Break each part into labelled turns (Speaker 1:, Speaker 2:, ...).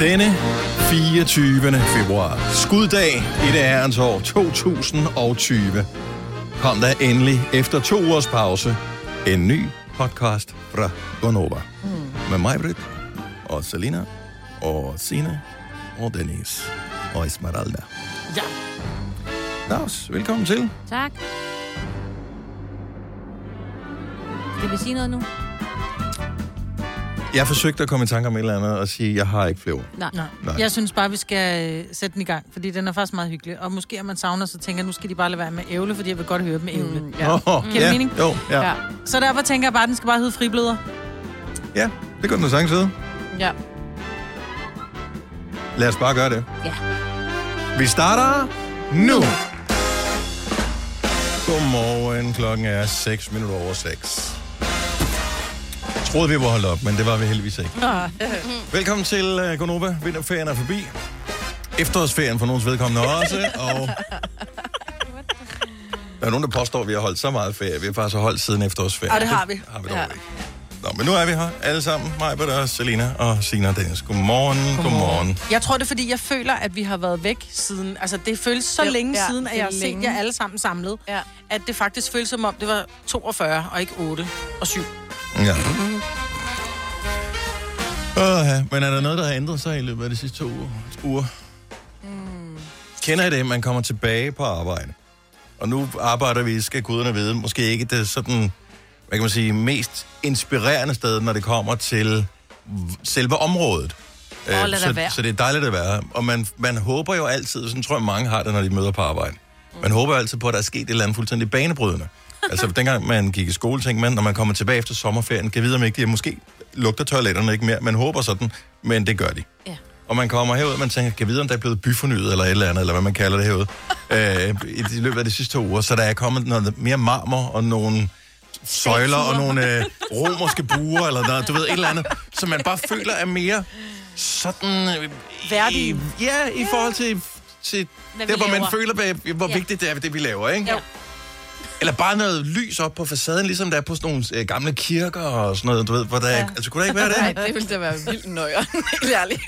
Speaker 1: Denne 24. februar, skuddag i det herrens år 2020, kom der endelig efter to ugers pause en ny podcast fra Gonova. Mm. Med mig, Britt, og Selina, og Sine, og Denise, og Esmeralda.
Speaker 2: Ja.
Speaker 1: Dags, velkommen til.
Speaker 2: Tak. Skal vi sige noget nu?
Speaker 1: Jeg forsøgte at komme i tanke om et eller andet og sige, jeg har ikke flere ord.
Speaker 2: Nej.
Speaker 3: Nej.
Speaker 1: Nej.
Speaker 3: Nej. Jeg synes bare, vi skal øh, sætte den i gang, fordi den er faktisk meget hyggelig. Og måske, om man savner, så tænker jeg, nu skal de bare lade være med ævle, fordi jeg vil godt høre dem ævle. Mm, ja.
Speaker 1: Oh,
Speaker 3: Giver det
Speaker 1: ja,
Speaker 3: mening?
Speaker 1: Jo, ja.
Speaker 2: Ja.
Speaker 1: ja.
Speaker 3: Så derfor tænker jeg bare, at den skal bare hedde fribløder.
Speaker 1: ja det kunne den da sagtens hedde.
Speaker 2: Ja.
Speaker 1: Lad os bare gøre det.
Speaker 2: Ja.
Speaker 1: Vi starter nu. Godmorgen. Klokken er 6 minutter over 6. Jeg troede, vi var holdt op, men det var vi heldigvis ikke. Velkommen til øh, Gonova. Vinterferien er forbi. Efterårsferien for nogens vedkommende også. Og der er nogen, der påstår, at vi har holdt så meget ferie. Vi har faktisk holdt siden efterårsferien.
Speaker 3: Og det har vi.
Speaker 1: har vi dog ja. ikke. Nå, men nu er vi her alle sammen. Mig, Bøtter, Selina og Sina og Dennis. Godmorgen, godmorgen. godmorgen.
Speaker 3: Jeg tror, det er, fordi jeg føler, at vi har været væk siden... Altså, det føles så
Speaker 2: Jo,
Speaker 3: jo, længe
Speaker 2: ja,
Speaker 3: ja, siden, at
Speaker 2: det er
Speaker 3: jeg har set
Speaker 2: længe.
Speaker 3: jer alle sammen samlet,
Speaker 2: Ja.
Speaker 3: at det faktisk føles som om, det var 42 og ikke 8 og 7.
Speaker 1: Ja. Åh, men er der noget, der har ændret sig i løbet af de sidste to uger? uger? Kender I det, man kommer tilbage på arbejde? Og nu arbejder vi, skal guderne vide, måske ikke det sådan, hvad kan man sige, mest inspirerende sted, når det kommer til v- selve området.
Speaker 2: Åh,
Speaker 1: Øh,
Speaker 2: lad da
Speaker 1: så,
Speaker 2: være.
Speaker 1: så det er dejligt at være her. Og man, man håber jo altid, sådan tror jeg mange har det, når de møder på arbejde.
Speaker 2: Mm.
Speaker 1: Man håber jo altid på, at der er sket et eller andet fuldstændig banebrydende. altså dengang man gik i skole, tænkte man, når man kommer tilbage efter sommerferien, kan vide om ikke de måske lugter toiletterne ikke mere. Man håber sådan, men det gør de.
Speaker 2: Ja.
Speaker 1: Og man kommer herud, og man tænker, kan vide, om der er blevet byfornyet, eller et eller andet, eller hvad man kalder det herude, øh, i de- løbet af de sidste to uger. Så der er kommet noget mere marmor og nogle søjler og nogle øh, romerske buer, eller noget, du ved, et eller andet, som man bare føler er mere sådan... Øh,
Speaker 3: Værdige.
Speaker 1: I, ja, i forhold til, til
Speaker 2: Hvad vi
Speaker 1: der, hvor man
Speaker 2: laver.
Speaker 1: føler, hvad- hvor
Speaker 2: Ja.
Speaker 1: vigtigt det er, det vi laver, ikke?
Speaker 2: Jo.
Speaker 1: Eller bare noget lys op på facaden, ligesom der er på sådan nogle øh, gamle kirker og sådan noget, du ved, hvor der... Ja. Altså, kunne der ikke være det?
Speaker 4: Nej, det ville da være vildt nøjere, helt ærligt.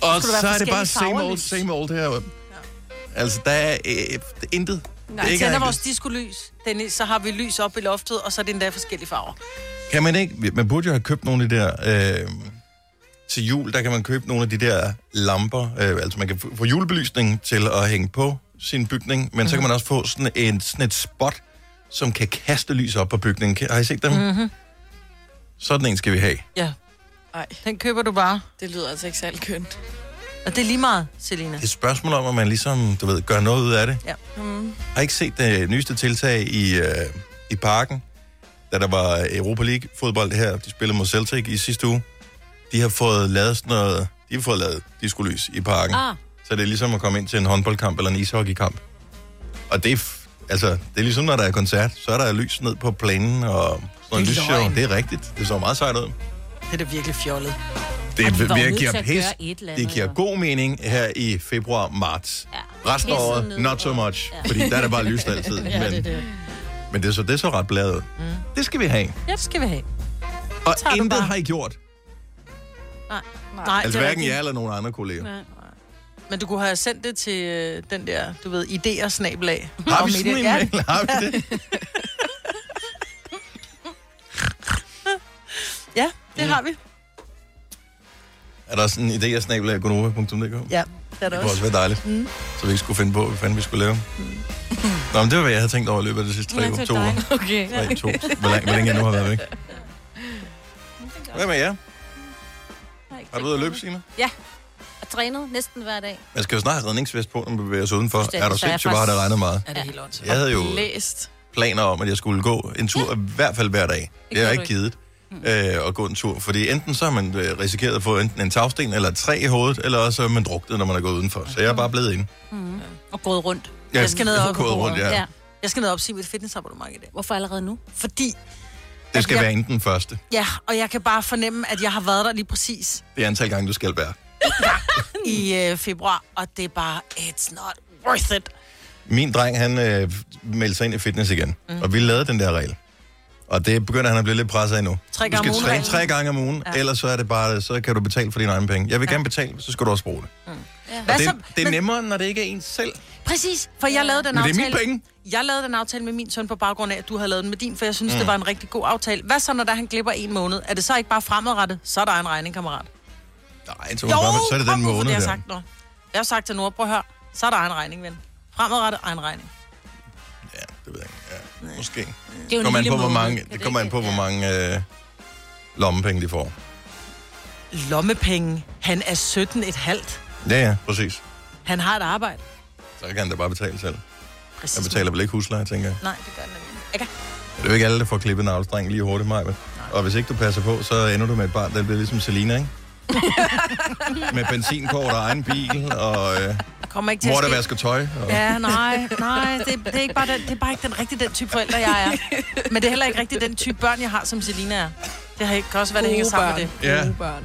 Speaker 1: Og
Speaker 3: skulle der
Speaker 1: så
Speaker 3: være
Speaker 1: er det bare
Speaker 3: forskellige
Speaker 1: same
Speaker 3: farver
Speaker 1: old,
Speaker 3: lys.
Speaker 1: same old heroppe. Altså, der er øh, det er intet. Nej,
Speaker 3: Vi tænder vores diskolys, Dennis, så har vi lys op i loftet, og så er det endda forskellige farver.
Speaker 1: Kan man ikke... Man burde jo have købt nogle af de der... Øh, til jul, der kan man købe nogle af de der lamper. Øh, altså, man kan få- få julebelysning til at hænge på sin bygning, men mm-hmm. så kan man også få sådan, en, sådan et spot, som kan kaste lys op på bygningen. Kan- Har I set dem? Mm-hmm. Sådan en skal vi have.
Speaker 3: Ja.
Speaker 4: Nej,
Speaker 3: Den køber du bare.
Speaker 4: det lyder altså ikke særlig kønt.
Speaker 3: Og det er lige meget, Selina.
Speaker 1: Det er et spørgsmål om, at man ligesom, du ved, gør noget ud af det.
Speaker 3: Ja.
Speaker 4: Mm.
Speaker 1: Har I ikke set det nyeste tiltag i, øh, i parken, da der var Europa League fodbold her, de spillede mod Celtic i sidste uge. De har fået lavet sådan noget, de har fået lavet diskolys i parken. Ah.
Speaker 2: Ah,
Speaker 1: Så det er ligesom at komme ind til en håndboldkamp eller en ishockeykamp. Og det er, f- altså, det er ligesom, når der er koncert, så er der lys ned på planen og sådan
Speaker 3: Det
Speaker 1: en
Speaker 3: er
Speaker 1: lysshow.
Speaker 3: løgn.
Speaker 1: Det er rigtigt. Det så meget sejt ud.
Speaker 3: Det er da virkelig fjollet.
Speaker 1: Det,
Speaker 2: de var
Speaker 1: vi-
Speaker 2: jo nødt
Speaker 1: giver
Speaker 2: til at
Speaker 1: pis.
Speaker 2: gøre et eller andet,
Speaker 1: det giver
Speaker 2: jo.
Speaker 1: god mening her i februar-marts.
Speaker 2: Ja.
Speaker 1: Resten af
Speaker 2: Pisset
Speaker 1: året,
Speaker 2: ned
Speaker 1: not so
Speaker 2: og-
Speaker 1: much.
Speaker 2: Ja.
Speaker 1: Fordi der er det bare lyst altid.
Speaker 3: Ja,
Speaker 1: men,
Speaker 3: det er det.
Speaker 1: men det, er så, det er så ret bladet. Mm. Det skal vi have.
Speaker 3: Ja, det skal vi have.
Speaker 1: Og
Speaker 3: tager du
Speaker 1: intet
Speaker 3: bare.
Speaker 1: har I gjort.
Speaker 3: Nej,
Speaker 1: Altså
Speaker 3: det er
Speaker 1: hverken
Speaker 3: rigtigt.
Speaker 1: jeg eller nogen andre kolleger. Nej.
Speaker 3: Men du kunne have sendt det til øh, den der, du ved, idéer snabelag.
Speaker 1: Har
Speaker 3: Og
Speaker 1: vi
Speaker 3: med
Speaker 1: sådan
Speaker 3: det-
Speaker 1: en
Speaker 3: Ja,
Speaker 1: mail? Har vi det?
Speaker 3: Ja, det har vi.
Speaker 1: Er der sådan en idé, jeg snabler gonova.dk?
Speaker 3: Ja, det er der
Speaker 1: Det kunne også
Speaker 3: også. Mm.
Speaker 1: være dejligt. Mm. Så vi ikke skulle finde på, hvad fanden vi skulle lave. Nå, men det var, hvad jeg havde tænkt over i løbet af de sidste tre
Speaker 2: det
Speaker 1: uger.
Speaker 2: var
Speaker 1: To uger.
Speaker 2: dejligt. Okay.
Speaker 1: Tre, to. Hvor længe, hvor længe jeg nu har været væk. Hvad med jer? Har du været ude at løbe, Signe?
Speaker 2: Og trænet næsten hver dag.
Speaker 1: Man skal jo snart have redningsvest på, når man bevæger sig udenfor.
Speaker 2: Fuldstændig.
Speaker 1: Er du
Speaker 2: Så er jeg
Speaker 1: sindssygt, hvor har det
Speaker 2: faktisk-
Speaker 1: regnet meget?
Speaker 3: Er det helt ondt?
Speaker 1: Jeg havde jo
Speaker 4: Læst.
Speaker 1: planer om, at jeg skulle gå en tur, i hvert fald hver dag. Det har jeg
Speaker 2: gjorde
Speaker 1: ikke
Speaker 2: du
Speaker 1: givet
Speaker 3: Mm.
Speaker 1: øh, at gå en tur, fordi enten så har man øh, risikeret at få enten en tagsten eller et træ i hovedet, eller også er man druknet, når man er gået udenfor. Så jeg er bare blevet inde.
Speaker 3: Mm.
Speaker 2: Og gået rundt.
Speaker 3: Jeg skal ned og
Speaker 1: gået
Speaker 3: gå
Speaker 1: rundt, ja.
Speaker 2: Ja.
Speaker 3: Jeg skal ned og opsige mit fitnessabonnement i dag.
Speaker 2: Hvorfor allerede nu?
Speaker 3: Fordi,
Speaker 1: Det skal
Speaker 3: jeg-
Speaker 1: være enten første.
Speaker 3: ja, og jeg kan bare fornemme, at jeg har været der lige præcis
Speaker 1: Det er antal gange, du skal være.
Speaker 3: i øh, februar, og det er bare, it's not worth it.
Speaker 1: Min dreng, han øh, meldte sig ind i fitness igen, mm. og vi lavede den der regel. Og det begynder han at blive lidt presset af nu.
Speaker 3: Tre
Speaker 1: Du
Speaker 3: gange
Speaker 1: skal
Speaker 3: om ugen
Speaker 1: træne
Speaker 3: reglen.
Speaker 1: tre gange om ugen, ja.
Speaker 3: Ja.
Speaker 1: ellers så, er det bare, så kan du betale for dine egne penge. Jeg vil
Speaker 3: Ja.
Speaker 1: gerne betale, så skal du også bruge det.
Speaker 3: Hvad
Speaker 1: Det,
Speaker 3: så?
Speaker 1: det er
Speaker 3: Men-
Speaker 1: nemmere, når det ikke er en selv.
Speaker 3: Præcis, for jeg lavede den
Speaker 1: Men det er
Speaker 3: aftale.
Speaker 1: mine penge.
Speaker 3: Jeg lavede den aftale med min søn på baggrund af, at du havde lavet den med din, for jeg synes, mm. det var en rigtig god aftale. Hvad så, når der han glipper en måned? Er det så ikke bare fremadrettet? Så er der en regning, kammerat.
Speaker 1: Nej, så, jo, bare, så er det
Speaker 3: kom
Speaker 1: den
Speaker 3: nu, for
Speaker 1: måned
Speaker 3: det, jeg har
Speaker 1: der.
Speaker 3: sagt, nå. Jeg har sagt til Nord, prøv at høre, så er der en regning, ven. Fremadrettet, egen regning.
Speaker 1: Ja, det ved jeg ikke. Ja, måske. Det
Speaker 2: Det er jo
Speaker 1: kommer an
Speaker 2: lille
Speaker 1: på, hvor
Speaker 2: måned.
Speaker 1: mange,
Speaker 2: Kan
Speaker 1: det kommer an
Speaker 2: ikke-
Speaker 1: på, hvor
Speaker 2: Ja.
Speaker 1: mange øh, lommepenge de får.
Speaker 3: Lommepenge. Han er 17 et halvt.
Speaker 1: Ja, ja, præcis.
Speaker 3: Han har et arbejde.
Speaker 1: Så kan han da bare betale selv.
Speaker 3: Præcis.
Speaker 1: Jeg betaler vel ikke husleje, tænker jeg.
Speaker 3: Nej, det gør han ikke. Ikke?
Speaker 1: Det er jo ikke alle, der får klippet navlestrengen lige hurtigt, Maja. Og hvis ikke du passer på, så ender du med et barn, der bliver ligesom Selina, ikke? med benzinkort og egen bil, og øh,
Speaker 3: Kommer ikke til
Speaker 1: mor,
Speaker 3: at
Speaker 1: der
Speaker 3: ske.
Speaker 1: vasker tøj. Og...
Speaker 3: Ja, nej, nej, det, det, er ikke bare den, det er bare ikke den rigtige den type forældre, jeg er. Men det er heller ikke rigtig den type børn, jeg har, som Selina er. Det har ikke kan også været, det hænger sammen med det.
Speaker 1: Ja.
Speaker 4: Gode børn.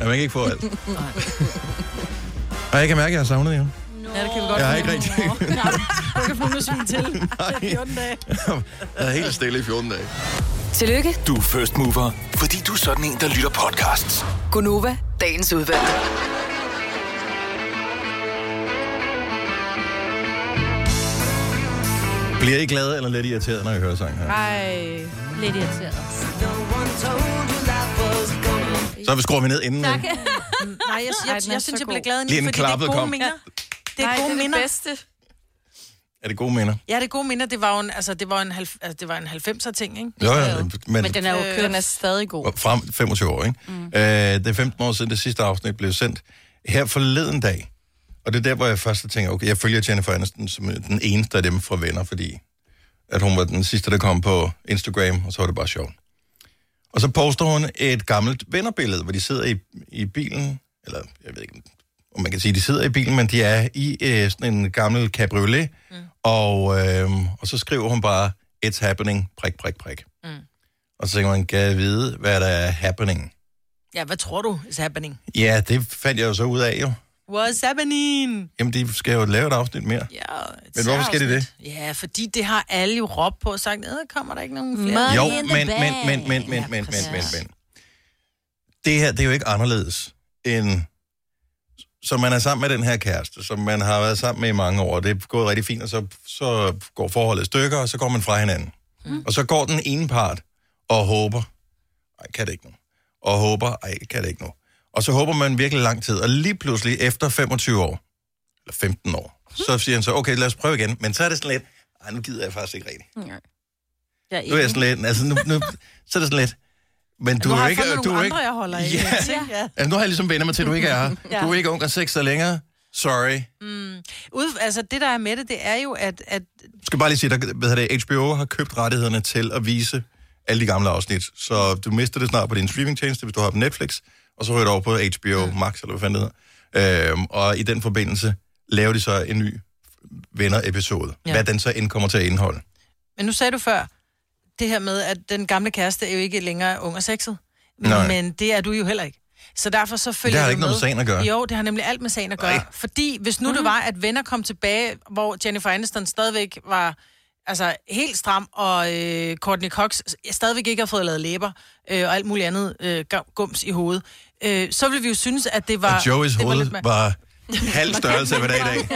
Speaker 1: Ja, man kan ikke få alt. Og jeg kan mærke, at jeg har savnet jer.
Speaker 2: Nå.
Speaker 3: Ja, det kan vi godt
Speaker 1: Jeg har
Speaker 3: finde.
Speaker 1: ikke rigtig...
Speaker 3: Du kan få nu svin til.
Speaker 1: Nej,
Speaker 3: 14 dage.
Speaker 1: jeg er helt stille i 14 dage.
Speaker 5: Tillykke,
Speaker 6: Du er first mover, fordi du er sådan en, der lytter podcasts.
Speaker 5: Gunova, dagens udvalgte.
Speaker 1: Bliver I glade eller lidt irriteret, når I hører sangen her?
Speaker 4: Ej.
Speaker 2: Lidt irriteret.
Speaker 1: Så skruer vi ned inden.
Speaker 2: Mm. Tak.
Speaker 1: ikke?
Speaker 3: Nej, jeg, jeg, jeg,
Speaker 4: den er
Speaker 3: jeg
Speaker 4: så
Speaker 3: synes, jeg
Speaker 4: god.
Speaker 3: bliver glad,
Speaker 1: Lige
Speaker 3: lige,
Speaker 1: en
Speaker 3: fordi det er
Speaker 1: klappet
Speaker 3: gode
Speaker 1: kom.
Speaker 3: minder. Det
Speaker 4: Nej,
Speaker 3: er gode
Speaker 4: det er
Speaker 3: minder.
Speaker 4: det bedste.
Speaker 1: Er det gode minder?
Speaker 3: Ja, det er gode minder. Det var jo en, altså, det var en, halv, altså, det var en 90'er ting, ikke?
Speaker 1: Jo, ja, men,
Speaker 2: Men den er jo
Speaker 4: Øh,
Speaker 2: kørt.
Speaker 4: den er stadig god.
Speaker 1: frem 25 år, ikke? Mm. Øh, det er 15 år siden, det sidste afsnit blev sendt. Her forleden dag, og det er der, hvor jeg først tænker, okay, jeg følger Jennifer Aniston som øh, den eneste af dem fra Venner, fordi at hun var den sidste, der kom på Instagram, og så var det bare sjovt. Og så poster hun et gammelt vennerbillede, hvor de sidder i, i bilen, eller jeg ved ikke, om man kan sige, de sidder i bilen, men de er i øh, sådan en gammel cabriolet, mm. og, øh, og så skriver hun bare, it's happening, prik, prik, prik. Og så tænker man, kan jeg vide, hvad der er happening?
Speaker 3: Ja, hvad tror du is happening?
Speaker 1: Ja, det fandt jeg jo så ud af jo.
Speaker 3: What's happening?
Speaker 1: Jamen, de skal jo lave et afsnit mere.
Speaker 3: Ja, et
Speaker 1: Men hvorfor skal de det?
Speaker 3: særafsnit. Ja, fordi det har alle jo råbt på og sagt, "Øh, kommer der ikke nogen flere?
Speaker 2: Money
Speaker 1: Jo,
Speaker 2: in the
Speaker 1: men, men, men,
Speaker 2: bank.
Speaker 1: men, men, men,
Speaker 3: Ja,
Speaker 1: men, men,
Speaker 2: præcis.
Speaker 1: men. Det her, det er jo ikke anderledes end... Så man er sammen med den her kæreste, som man har været sammen med i mange år, og det er gået rigtig fint, og så, så går forholdet i stykker, og så går man fra hinanden. Mm. Og så går den ene part og håber, ej, kan det ikke nu. Og håber, ej, kan det ikke nu. Og så håber man virkelig lang tid, og lige pludselig efter 25 år, eller 15 år,
Speaker 2: Mm.
Speaker 1: så siger han så, okay, lad os prøve igen. Men så er det sådan lidt, ej, nu gider jeg faktisk ikke rigtigt.
Speaker 2: Jeg
Speaker 1: Nu er
Speaker 2: er
Speaker 1: jeg sådan lidt, altså nu, nu så er det sådan lidt, men du
Speaker 3: nu
Speaker 1: er
Speaker 3: har
Speaker 1: jo
Speaker 3: jeg
Speaker 1: ikke...
Speaker 3: fundet
Speaker 1: du
Speaker 3: nogle
Speaker 1: er jo
Speaker 3: andre,
Speaker 1: ikke,
Speaker 3: jeg holder i.
Speaker 1: Ja.
Speaker 3: ja.
Speaker 1: altså, nu har jeg ligesom vendt mig til, at du ikke er her. ja. Du er ikke ung og sexet længere. Sorry.
Speaker 3: Ud, altså, det der er med det, det er jo, at, at
Speaker 1: Jeg skal bare lige sige, at hvad hedder det, HBO har købt rettighederne til at vise alle de gamle afsnit. Så du mister det snart på din streamingtjeneste, hvis du har på Netflix, og så ryger det over på HBO Max, eller hvad fanden det hedder. Øhm, og i den forbindelse laver de så en ny venner-episode. Ja.
Speaker 3: Ja.
Speaker 1: Hvad den så end kommer til at indeholde.
Speaker 3: Men nu sagde du før, det her med, at den gamle kæreste er jo ikke længere ung og sexet.
Speaker 1: Nej.
Speaker 3: Men det er du jo heller ikke. Så derfor så følger
Speaker 1: har
Speaker 3: du
Speaker 1: ikke noget med sagen at gøre.
Speaker 3: Jo, det har nemlig alt med sagen at gøre.
Speaker 1: Nej.
Speaker 3: Nej. Fordi hvis nu mm-hmm. det var, at venner kom tilbage, hvor Jennifer Aniston stadigvæk var altså, helt stram, og øh, Courtney Cox stadigvæk ikke har fået lavet læber, øh, og alt muligt andet øh, gam- gums i hovedet, øh, så ville vi jo synes, at det var...
Speaker 1: Og Joey's
Speaker 3: det var
Speaker 1: hoved
Speaker 3: lidt mær-
Speaker 1: var halv størrelse af, hvad det er i dag.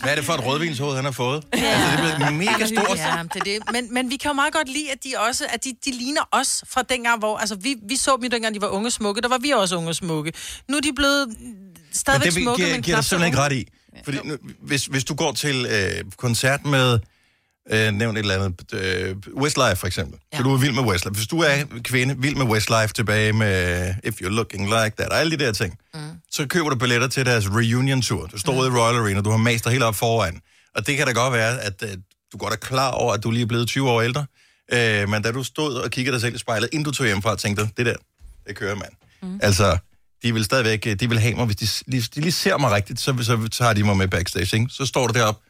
Speaker 1: Hvad er det for et rødvinshoved, han har fået? Ja. Altså, det er blevet mega stort.
Speaker 3: Ja, det er det. Men, men vi kan jo meget godt lide, at de også, at de, de ligner os fra dengang, hvor, altså vi, vi så dem jo dengang, de var unge og smukke, der var vi også unge og smukke. Nu er de blevet mm,
Speaker 1: Men
Speaker 3: stadigvæk
Speaker 1: det vi-
Speaker 3: smukke,
Speaker 1: giver,
Speaker 3: men
Speaker 1: giver
Speaker 3: knap
Speaker 1: dig
Speaker 3: så
Speaker 1: simpelthen ikke
Speaker 3: unge.
Speaker 1: ret i. Fordi nu, hvis, hvis du går til øh, koncert med, øh, nævn et eller andet, øh, Westlife for eksempel. Ja. Så du er vild med Westlife. Hvis du er kvinde, vild med Westlife tilbage med If You're Looking Like That, og alle de der ting, mm. så køber du billetter til deres reunion-tur. Du
Speaker 3: Mm.
Speaker 1: står ude i Royal Arena, du har mast dig helt op foran. Og det kan da godt være, at øh, du godt er klar over, at du lige er blevet 20 år ældre. Øh, men da du stod og kiggede dig selv i spejlet, inden du tog hjemmefra, tænkte du, det der, det kører, mand. Mm. Altså, de vil stadigvæk, øh, de vil have mig, hvis de, s- lige- de lige ser mig rigtigt, så, så tager de mig med backstage, ikke? Så står du deroppe,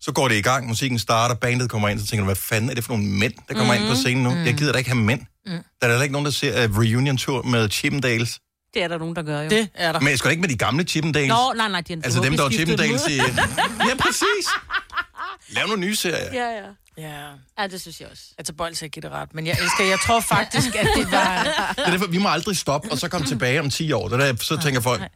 Speaker 1: så går det i gang, musikken starter, bandet kommer ind, så tænker du, hvad fanden er det for nogle mænd, der kommer
Speaker 2: Mm.
Speaker 1: mm-hmm. ind på scenen nu? Jeg gider da ikke have mænd. Mm. Der er da heller ikke nogen, der ser uh, reunion-tur med Chippendales.
Speaker 2: Det er der nogen, der gør jo.
Speaker 3: Det er der.
Speaker 1: Men jeg skal ikke med de gamle Chippendales.
Speaker 2: Nå, nej, nej, de har
Speaker 1: altså dem, der var
Speaker 2: forhåbentlig skiftet
Speaker 1: Chippendales
Speaker 2: dem ud.
Speaker 1: i... ja, præcis. Lav nogle nye serier.
Speaker 2: Ja, ja.
Speaker 3: Ja.
Speaker 2: Ja, det synes jeg også.
Speaker 3: Jeg tager bold til at give det ret, men jeg elsker, jeg tror faktisk, at det var...
Speaker 1: Det er derfor, vi må aldrig stoppe, og så komme tilbage om 10 år. Det er der, så tænker folk, øh,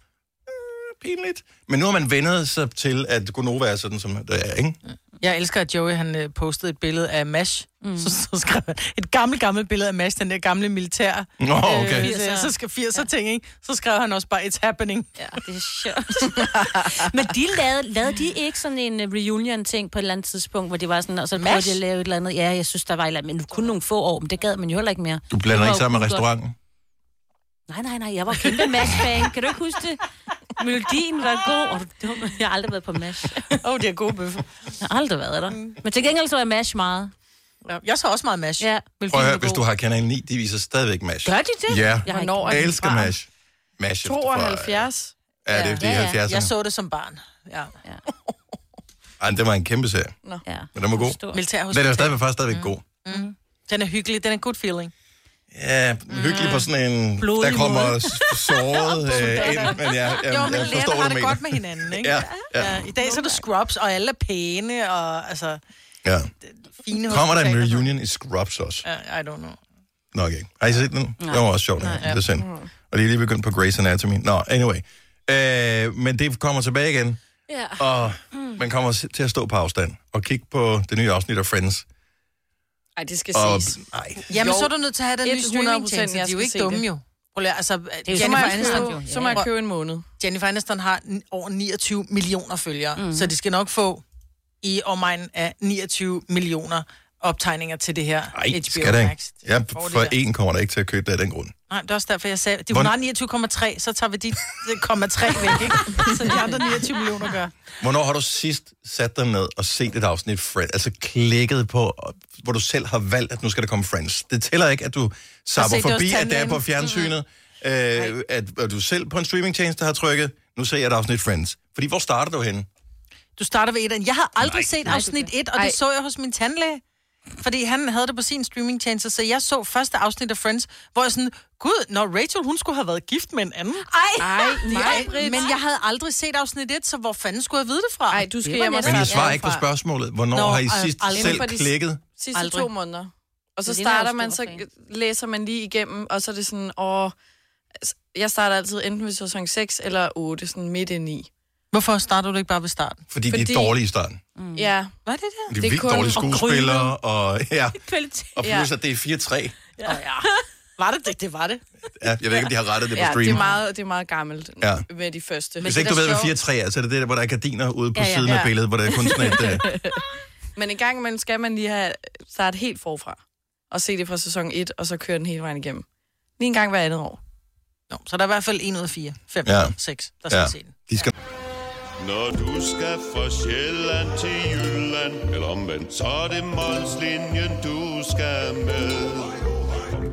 Speaker 1: pinligt. Men nu har man vendet sig til, at Gonova er sådan, som det er, ikke?
Speaker 3: Jeg elsker, at Joey han øh, postede et billede af Mash. Mm. Så, så skrev han et gammelt, gammelt billede af Mash, den der gamle militær.
Speaker 1: Nå, okay.
Speaker 3: Øh, så, så skal 80'er ting, ikke? Så skrev han også bare, it's happening.
Speaker 2: Ja, det er sjovt. Men de lavede, lavede de ikke sådan en øh, reunion-ting på et eller andet tidspunkt, hvor de var sådan, og så prøvede
Speaker 3: Mads?
Speaker 2: de at lave et eller andet. Ja, jeg synes, der var et eller andet, men kun nogle få år, men det gad man jo heller ikke mere.
Speaker 1: Du blander
Speaker 2: Det var
Speaker 1: ikke
Speaker 2: jo
Speaker 1: sammen med
Speaker 2: kun godt.
Speaker 1: restauranten.
Speaker 2: Nej, nej, nej, jeg var kæmpe MASH-fan. Kan du ikke huske det? Melodien var god, og du er dum. Jeg har aldrig været på MASH.
Speaker 3: Åh, oh, det er gode bøffer.
Speaker 2: Jeg har aldrig været der. Men til gengæld så er MASH meget.
Speaker 3: Ja, Jeg så også meget MASH.
Speaker 2: Ja,
Speaker 1: Prøv at
Speaker 2: melodien
Speaker 1: høre,
Speaker 2: var
Speaker 1: hvis
Speaker 2: god.
Speaker 1: du har Kanal 9, de viser stadigvæk MASH.
Speaker 2: Gør de det?
Speaker 1: Ja.
Speaker 2: Jeg har
Speaker 4: Hvornår
Speaker 2: ikke...
Speaker 4: er
Speaker 1: Jeg
Speaker 4: de
Speaker 1: elsker
Speaker 4: fra?
Speaker 1: MASH. MASH efter for-
Speaker 4: 72.
Speaker 1: øh, Ja, det er fordi
Speaker 2: Ja, ja.
Speaker 1: 70'erne.
Speaker 3: Jeg så det som barn. Ja.
Speaker 1: Ej, det var en kæmpe serie.
Speaker 2: Ja.
Speaker 1: Men den var god.
Speaker 2: Stor.
Speaker 1: Men den er
Speaker 3: Militærhospital.
Speaker 1: jo stadigvæk faktisk stadigvæk
Speaker 3: Mm.
Speaker 1: god.
Speaker 3: Den er hyggelig. Den er good
Speaker 1: Øh,
Speaker 3: feeling.
Speaker 1: Ja, hyggelig på sådan en...
Speaker 3: Blodig
Speaker 1: der kommer
Speaker 3: måde.
Speaker 1: s- såret øh, ind, men jeg, jeg,
Speaker 3: Jo,
Speaker 1: jeg,
Speaker 3: men
Speaker 1: jeg
Speaker 3: lærerne
Speaker 1: forstår,
Speaker 3: har
Speaker 1: hvad du
Speaker 3: det godt
Speaker 1: mener.
Speaker 3: med hinanden, ikke?
Speaker 1: Ja, ja,
Speaker 3: Ja, I dag så er det scrubs, og alle er pæne, og altså
Speaker 1: ja.
Speaker 3: fine
Speaker 1: Kommer der en
Speaker 3: hospitaler.
Speaker 1: reunion i Scrubs også?
Speaker 3: Ja, I don't know.
Speaker 1: Nok ikke. Har I set den? Det var også sjovt. Det er synd. Og de er lige begyndt på Grey's Anatomy. Nå, anyway. Øh, men det kommer tilbage igen,
Speaker 2: Ja.
Speaker 1: og man kommer s- til at stå på afstand og kigge på det nye afsnit af Friends.
Speaker 4: Ej, det skal
Speaker 1: Og,
Speaker 4: ses.
Speaker 1: nej,
Speaker 3: Jamen,
Speaker 4: Jo.
Speaker 3: så er du nødt til at have den nye
Speaker 4: 100%
Speaker 3: streamingtjeneste. De
Speaker 4: jeg
Speaker 3: er jo
Speaker 4: skal
Speaker 3: ikke
Speaker 4: se
Speaker 3: dumme,
Speaker 4: det.
Speaker 3: jo. Prøv lige, altså,
Speaker 2: jo
Speaker 4: Så må,
Speaker 3: Jennifer
Speaker 4: jeg
Speaker 3: Aniston,
Speaker 4: købe, så må jeg købe en måned.
Speaker 3: Jennifer Aniston har n- over 29 millioner følgere, mm. så de skal nok få i omegnen af 29 millioner optegninger til det her
Speaker 1: nej,
Speaker 3: HBO
Speaker 1: skal det ikke.
Speaker 3: Max.
Speaker 1: Ja,
Speaker 3: får det
Speaker 1: for
Speaker 3: der.
Speaker 1: en kommer der ikke til at købe det af den grund.
Speaker 3: Nej, det er også derfor, jeg sagde, de
Speaker 1: Hvordan-
Speaker 3: hun har 29,3, så tager vi de øh, komma tre væk, ikke? Så de andre 29 millioner gør.
Speaker 1: Hvornår har du sidst sat dig ned og set et afsnit Friends? Altså klikket på, hvor du selv har valgt, at nu skal der komme Friends. Det tæller ikke, at du sapper
Speaker 3: set det hos
Speaker 1: forbi, at det er
Speaker 3: tandlægen.
Speaker 1: på fjernsynet. Øh, at, at du selv på en streamingtjeneste har trykket, nu ser jeg et afsnit Friends. Fordi hvor starter du henne?
Speaker 3: Du starter ved et. Jeg har aldrig set afsnit 1, og
Speaker 4: Ej.
Speaker 3: det så jeg hos min tandlæge. Fordi han havde det på sin streamingtjeneste, så jeg så første afsnit af Friends, hvor jeg sådan, gud, når Rachel, hun skulle have været gift med en anden.
Speaker 2: Ej!
Speaker 4: Ej, nej,
Speaker 3: Ej, men jeg havde aldrig set afsnit 1, så hvor fanden skulle jeg vide det fra?
Speaker 4: Ej, du skal
Speaker 2: Det var
Speaker 4: hjem og
Speaker 2: næsten-
Speaker 1: Men jeg
Speaker 4: starte
Speaker 1: svarer ikke på
Speaker 4: forfra.
Speaker 1: spørgsmålet. Hvornår
Speaker 3: Nå,
Speaker 1: har I
Speaker 3: øh,
Speaker 1: sidst
Speaker 3: aldrig.
Speaker 1: selv
Speaker 4: Inden for de-
Speaker 1: klikket?
Speaker 4: sidste
Speaker 3: Aldrig.
Speaker 4: to måneder. Og så
Speaker 2: Selina er jo
Speaker 4: starter man,
Speaker 2: stor
Speaker 4: så
Speaker 2: fan.
Speaker 4: læser man lige igennem, og så er det sådan, åh, altså, jeg starter altid enten ved sæson 6 eller 8, sådan midt ind i.
Speaker 3: Hvorfor starter du ikke bare ved starten?
Speaker 1: Fordi, de
Speaker 4: Fordi-
Speaker 1: er dårlige i starten.
Speaker 4: Mm. Ja,
Speaker 3: Hvad er det der?
Speaker 1: De er
Speaker 4: Det er
Speaker 1: vildt
Speaker 4: kun-
Speaker 1: dårlige
Speaker 4: og
Speaker 1: skuespillere, og, ja,
Speaker 2: Kvalitet.
Speaker 1: og plus
Speaker 4: Ja.
Speaker 1: at det er 4-3.
Speaker 3: Var det det? Det var det.
Speaker 1: Ja, jeg ved ikke, om de har rettet det på
Speaker 4: ja
Speaker 1: stream.
Speaker 4: det, er meget, det er meget gammelt
Speaker 1: Ja.
Speaker 4: med de første.
Speaker 1: Hvis
Speaker 4: Men,
Speaker 1: ikke du ved, hvad 4-3 er, så er det det, der, hvor der er gardiner ude på
Speaker 2: Ja, ja.
Speaker 1: siden af
Speaker 4: Ja.
Speaker 1: billedet, hvor der er kun sådan et... øh,
Speaker 4: men en gang imellem skal man lige have starte helt forfra og se det fra sæson 1, og så køre den hele vejen igennem. Lige en gang hver andet år.
Speaker 3: Nå, så der er i hvert fald 1 ud af 4, 5,
Speaker 1: Ja.
Speaker 3: 6, der skal
Speaker 1: Ja.
Speaker 3: ja. se den.
Speaker 1: De skal...
Speaker 7: Når du skal fra Sjælland til Jylland Eller omvendt, så er det Molslinjen, du skal med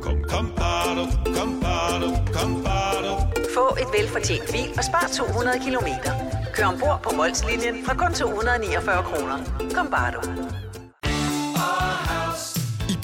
Speaker 7: Kom, kom, kom, bado, kom, bado, kom, bado.
Speaker 8: Få et velfortjent bil og spar 200 kilometer. Kør ombord på Molslinjen fra kun 249 kroner. Kom bare du.
Speaker 6: I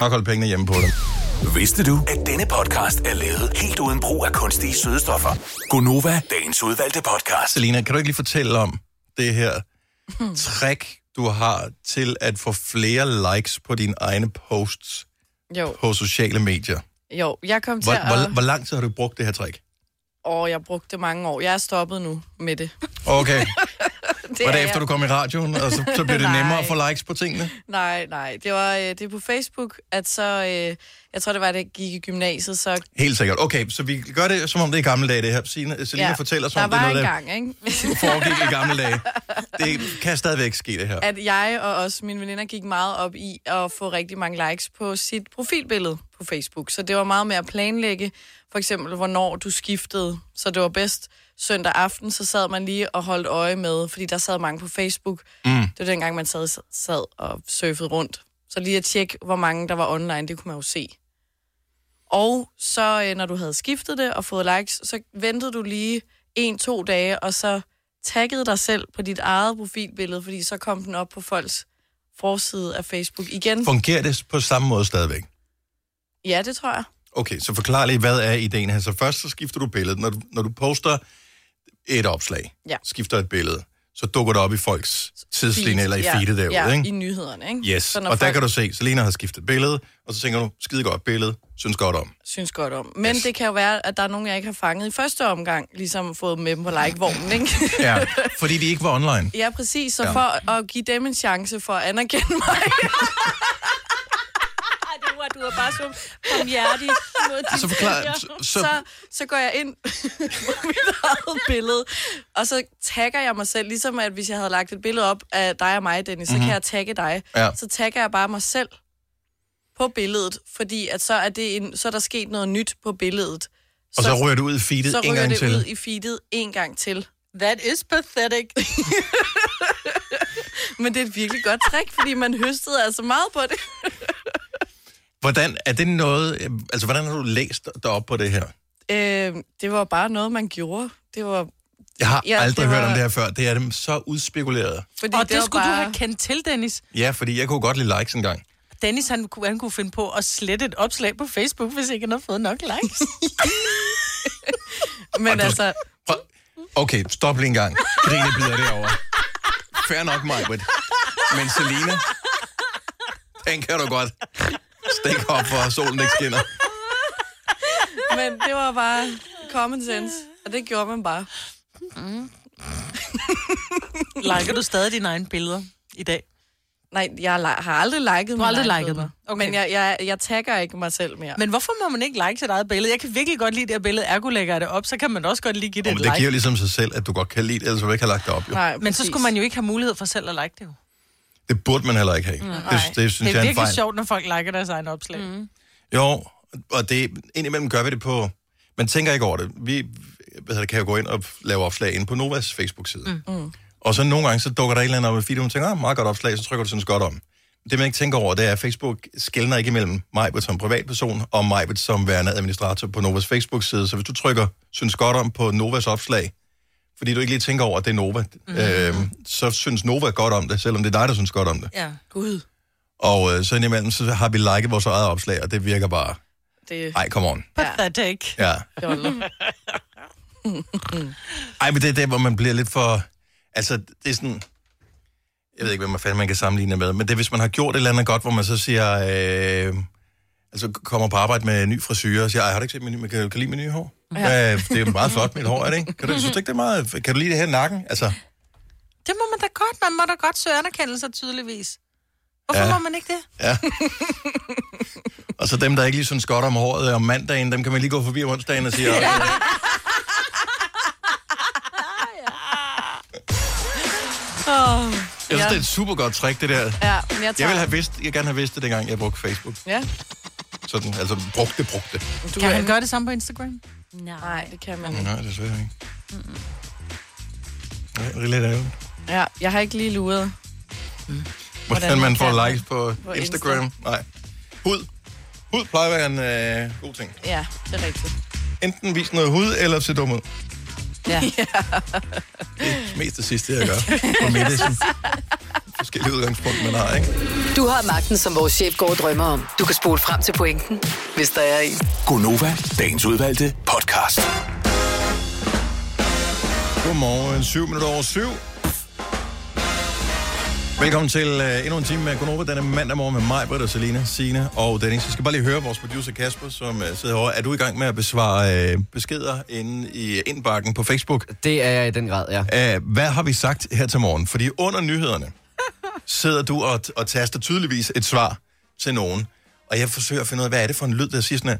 Speaker 1: nok holde pengene hjemme på dem.
Speaker 6: Vidste du, at denne podcast er lavet helt uden brug af kunstige sødestoffer? Gonova, dagens udvalgte podcast.
Speaker 1: Ah, Selina, kan du ikke lige fortælle om det her
Speaker 4: Hmm.
Speaker 1: trick, du har til at få flere likes på dine egne posts
Speaker 4: Jo,
Speaker 1: på sociale medier?
Speaker 4: jo. Jeg kom til
Speaker 1: Hvor,
Speaker 4: at...
Speaker 1: hvor, hvor lang tid har du brugt det her trick?
Speaker 4: Åh, jeg brugte det mange år. Jeg er stoppet nu med det.
Speaker 1: Okay,
Speaker 4: Det
Speaker 1: Var
Speaker 4: er
Speaker 1: det efter,
Speaker 4: jeg.
Speaker 1: du kom i radioen, og så, så blev det
Speaker 4: Nej.
Speaker 1: nemmere at få likes på tingene?
Speaker 4: Nej, nej. Det var øh, det er på Facebook, at så... Øh, jeg tror, det var, at jeg gik i gymnasiet, så...
Speaker 1: Helt sikkert. Okay, så vi gør det, som om det er i gamle dage, det her. Sina, Selina ja, fortæller, som
Speaker 4: der
Speaker 1: om det er
Speaker 4: var
Speaker 1: noget,
Speaker 4: en
Speaker 1: der
Speaker 4: gang, ikke?
Speaker 1: foregik i gamle dage. Det kan stadigvæk ske, det her.
Speaker 4: at jeg og også mine veninder gik meget op i at få rigtig mange likes på sit profilbillede på Facebook. Så det var meget med at planlægge, for eksempel, hvornår du skiftede. Så det var bedst søndag aften, så sad man lige og holdt øje med, fordi der sad mange på Facebook.
Speaker 1: Mm.
Speaker 4: Det var dengang, man sad, sad og surfede rundt. Så lige at tjekke, hvor mange der var online, det kunne man jo se. Og så, øh, når du havde skiftet det og fået likes, så ventede du lige en-to dage, og så taggede dig selv på dit eget profilbillede, fordi så kom den op på folks forside af Facebook igen.
Speaker 1: Fungerer det på samme måde stadigvæk?
Speaker 4: Ja, det tror jeg.
Speaker 1: Okay, så forklar lige, hvad er ideen her? Så først så skifter du billedet. Når du, når du poster et opslag,
Speaker 4: Ja.
Speaker 1: skifter et billede, så dukker det op i folks tidslinje eller i
Speaker 4: ja,
Speaker 1: feedet derude,
Speaker 4: ja,
Speaker 1: ikke?
Speaker 4: i nyhederne, ikke?
Speaker 1: Yes,
Speaker 4: Så
Speaker 1: og
Speaker 4: når
Speaker 1: der
Speaker 4: folk
Speaker 1: kan du se, Selena har skiftet billede, og så tænker du, skide godt billede, synes godt om.
Speaker 4: synes godt om. Men yes. det kan jo være, at der er nogen, jeg ikke har fanget i første omgang, ligesom fået dem med dem på like-vognen, ikke?
Speaker 1: Ja, fordi de ikke var online.
Speaker 4: Ja, præcis. Så
Speaker 1: Ja.
Speaker 4: ja. for at give dem en chance for at anerkende mig.
Speaker 2: Du er, du er bare så barmhjertig mod dine
Speaker 4: Så forklar-
Speaker 2: vælgere.
Speaker 4: så- så- Så- så går jeg ind på mit eget billede, og så tagger jeg mig selv, ligesom at hvis jeg havde lagt et billede op af dig og mig, Dennis, mm-hmm. så
Speaker 1: Mhm.
Speaker 4: kan jeg tagge dig.
Speaker 1: Ja.
Speaker 4: Så tagger jeg bare mig selv på billedet, fordi at så er, det en, så er der sket noget nyt på billedet.
Speaker 1: Og så ryger det ud i feedet
Speaker 4: så
Speaker 1: en
Speaker 4: ryger
Speaker 1: gang
Speaker 4: det
Speaker 1: til.
Speaker 4: ud i feedet en gang til. That is pathetic. Men det er et virkelig godt trick, fordi man høstede altså meget på det.
Speaker 1: Hvordan, er det noget, øh, altså hvordan har du læst dig op på det her?
Speaker 4: Øh, det var bare noget, man gjorde. Det var
Speaker 1: Jeg har ja,
Speaker 4: Ja,
Speaker 1: aldrig
Speaker 4: det
Speaker 1: hørt om
Speaker 4: var-
Speaker 1: det her før. Det er dem så udspekuleret.
Speaker 4: Fordi
Speaker 3: og det,
Speaker 4: det
Speaker 3: det
Speaker 4: var
Speaker 3: skulle bare... du
Speaker 4: bare-
Speaker 3: have kendt til, Dennis.
Speaker 1: Ja, fordi jeg kunne godt lide likes engang.
Speaker 3: Dennis, han, kunne- han kunne finde på at slette et opslag på Facebook, hvis ikke han havde fået nok likes.
Speaker 4: Men altså...
Speaker 1: Okay, stop lige en gang. Grine bider derovre. Fair nok, Majbrit. Men Selina, den kan du godt stikke op for, at solen ikke skinner.
Speaker 4: Men det var bare common sense, og det gjorde man bare. Mm.
Speaker 3: Liker du stadig dine egne billeder i dag?
Speaker 4: Nej, jeg li- har aldrig liket
Speaker 3: Du har aldrig
Speaker 4: mine egne
Speaker 3: liket
Speaker 4: billeder.
Speaker 3: dem?
Speaker 4: Men jeg, jeg, jeg tagger ikke mig selv mere.
Speaker 3: Men hvorfor må man ikke like sit eget billede? Jeg kan virkelig godt lide det her billede. Ergo lægger jeg det op, så kan man også godt lige give det
Speaker 1: Om
Speaker 3: et
Speaker 1: det
Speaker 3: like.
Speaker 1: giver ligesom sig selv, at du godt kan lide det, ellers ville du ikke have lagt det op. Jo.
Speaker 4: Nej,
Speaker 3: Men så skulle man jo ikke have mulighed for selv at like det jo.
Speaker 1: Det burde man heller ikke have.
Speaker 3: Mm.
Speaker 1: Det, det synes
Speaker 3: det er
Speaker 1: jeg er en
Speaker 3: virkelig
Speaker 1: fejl.
Speaker 3: sjovt, når folk liker deres egne opslag. Mm.
Speaker 1: Jo, og det, indimellem gør vi det på... Man tænker ikke over det. Vi hvad hedder det, kan jo gå ind og lave opslag ind på Novas Facebook-side. Mm.
Speaker 9: Mm.
Speaker 1: Og så nogle gange, så dukker der et eller andet op i feedet, og man tænker, ah, meget godt opslag, så trykker du synes godt om. Det, man ikke tænker over, det er, at Facebook skældner ikke imellem Majbet som privatperson og Majbet som værende administrator på Novas Facebook-side. Så hvis du trykker synes godt om på Novas opslag, fordi du ikke lige tænker over, at det er Nova, mm. øh, så synes Nova godt om det, selvom det er dig, der synes godt om det.
Speaker 3: Ja. Gud.
Speaker 1: Og øh, så indimellem, så har vi liket vores eget opslag, og det virker bare...
Speaker 4: Det...
Speaker 1: Ej, come on.
Speaker 3: Pathetic.
Speaker 1: Ja.
Speaker 4: Jolle.
Speaker 1: Ej, men det er der, hvor man bliver lidt for... Altså, det er sådan... Jeg ved ikke, hvad man fanden man kan sammenligne det med, men det er, hvis man har gjort et eller andet godt, hvor man så siger... Øh, altså, kommer på arbejde med en ny frisyr og siger, Ej, har du ikke set min nye, kan, kan du lide min nye hår? Ja.
Speaker 3: Ja.
Speaker 1: Øh, det er meget flot, mit hår, er det ikke? Kan du, synes du ikke, det er meget... Kan du lide det her i nakken? Altså,
Speaker 3: Det må man da godt. Man må da godt søge anerkendelse, tydeligvis. Hvorfor
Speaker 1: Ja.
Speaker 3: ja. må man ikke det?
Speaker 1: ja. og så dem, der ikke lige synes godt om håret om mandagen, dem kan man lige gå forbi om onsdagen og sige... "Åh,
Speaker 4: Oh.
Speaker 1: Jeg synes,
Speaker 4: ja.
Speaker 1: det er et super godt trick, det der.
Speaker 4: Ja, men jeg
Speaker 1: jeg,
Speaker 4: tager-
Speaker 1: jeg vil have vidst, jeg ville gerne have vidst det, dengang jeg brugte Facebook.
Speaker 4: Ja.
Speaker 1: Sådan, altså brugte det, brugte det.
Speaker 4: Du
Speaker 3: kan
Speaker 4: er-
Speaker 3: han gøre det samme på Instagram?
Speaker 4: Nej, det kan man ikke.
Speaker 1: Nej, desværre ikke. Nej, det er lidt ærgerligt.
Speaker 4: Ja, jeg har ikke lige luret.
Speaker 1: Hvordan man
Speaker 4: kan
Speaker 1: får
Speaker 4: det.
Speaker 1: likes på,
Speaker 4: På Insta.
Speaker 1: Instagram. Nej. Hud. Hud plejer at være en øh, god ting.
Speaker 4: Ja, det er rigtigt.
Speaker 1: Enten vis noget hud, eller se dum ud.
Speaker 4: Ja.
Speaker 1: Mest det sidste, jeg gør. På midte, sådan forskellige udgangspunkter, man har, ikke?
Speaker 5: Du har magten, som vores chef går og drømmer om. Du kan spole frem til pointen, hvis der er en.
Speaker 6: Gonova, dagens udvalgte podcast.
Speaker 1: Godmorgen, 7 minutter over 7. Velkommen til uh, endnu en time med Gunova. Den er mandag morgen med mig, Britt og Selina, Signe og Dennis. Jeg skal bare lige høre vores producer Kasper, som uh, sidder over. Er du i gang med at besvare uh, beskeder inde i indbakken på Facebook?
Speaker 9: Det er jeg i den grad,
Speaker 1: ja. Uh, hvad har vi sagt her til morgen? Fordi under nyhederne sidder du og, og taster tydeligvis et svar til nogen. Og jeg forsøger at finde ud af, hvad er det for en lyd, der siger sådan her.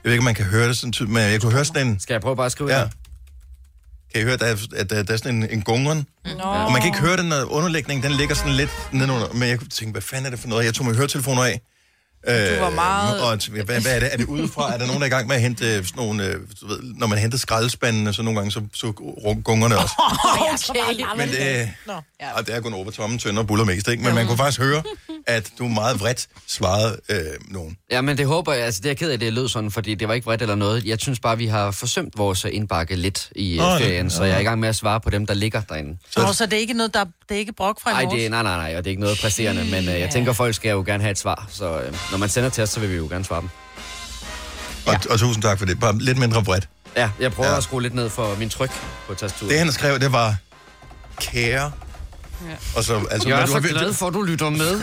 Speaker 1: Jeg ved ikke, om man kan høre det sådan tydeligt, men jeg kunne høre sådan en...
Speaker 9: Skal jeg prøve bare at skrive
Speaker 1: ja. Kan I høre, at der, er- at der, der er sådan en, en gungeren?
Speaker 9: Nå.
Speaker 1: Og man kan ikke høre den, når underlægningen den ligger sådan lidt nedenunder. Men jeg kunne tænke, hvad fanden er det for noget? Jeg tog mine høretelefoner af. Øh,
Speaker 4: Du var meget-
Speaker 1: Og t- hvad, hvad er det? Er det udefra? er der nogen, der er i gang med at hente øh, sådan nogle... øh, Du ved, når man henter skraldespandene, så nogle gange, så, så rung- gungerne også.
Speaker 4: Okay.
Speaker 1: Men det,
Speaker 3: Nå.
Speaker 1: ja. og det er kun over tomme tønder og buller mest, ikke? Men man kunne faktisk høre, at du meget vredt svarede øh, nogen.
Speaker 9: Ja, men det håber jeg, altså det er jeg ked af, det lød sådan, fordi det var ikke vredt eller noget. Jeg synes bare, vi har forsømt vores indbakke lidt i
Speaker 3: Åh,
Speaker 9: oh,
Speaker 3: ja.
Speaker 9: ferien, så jeg er i gang med at svare på dem, der ligger derinde.
Speaker 3: Nå, så det er ikke noget, der det er ikke brok fra i
Speaker 9: Ej,
Speaker 3: morges?
Speaker 9: det, nej, nej, nej, og det er ikke noget presserende, men øh, jeg tænker, folk skal jo gerne have et svar, så øh, når man sender til os, så vil vi jo gerne svare dem.
Speaker 1: Og, ja. og tusind tak for det. Bare lidt mindre bredt.
Speaker 9: Ja, jeg prøver ja. at skrue lidt ned for min tryk på tastaturet.
Speaker 1: Det, han skrev, det var... Kære...
Speaker 9: Ja.
Speaker 1: Og så, altså,
Speaker 9: jeg
Speaker 1: hvad
Speaker 9: er
Speaker 1: du
Speaker 9: så
Speaker 1: har-
Speaker 9: glad for, at du lytter med.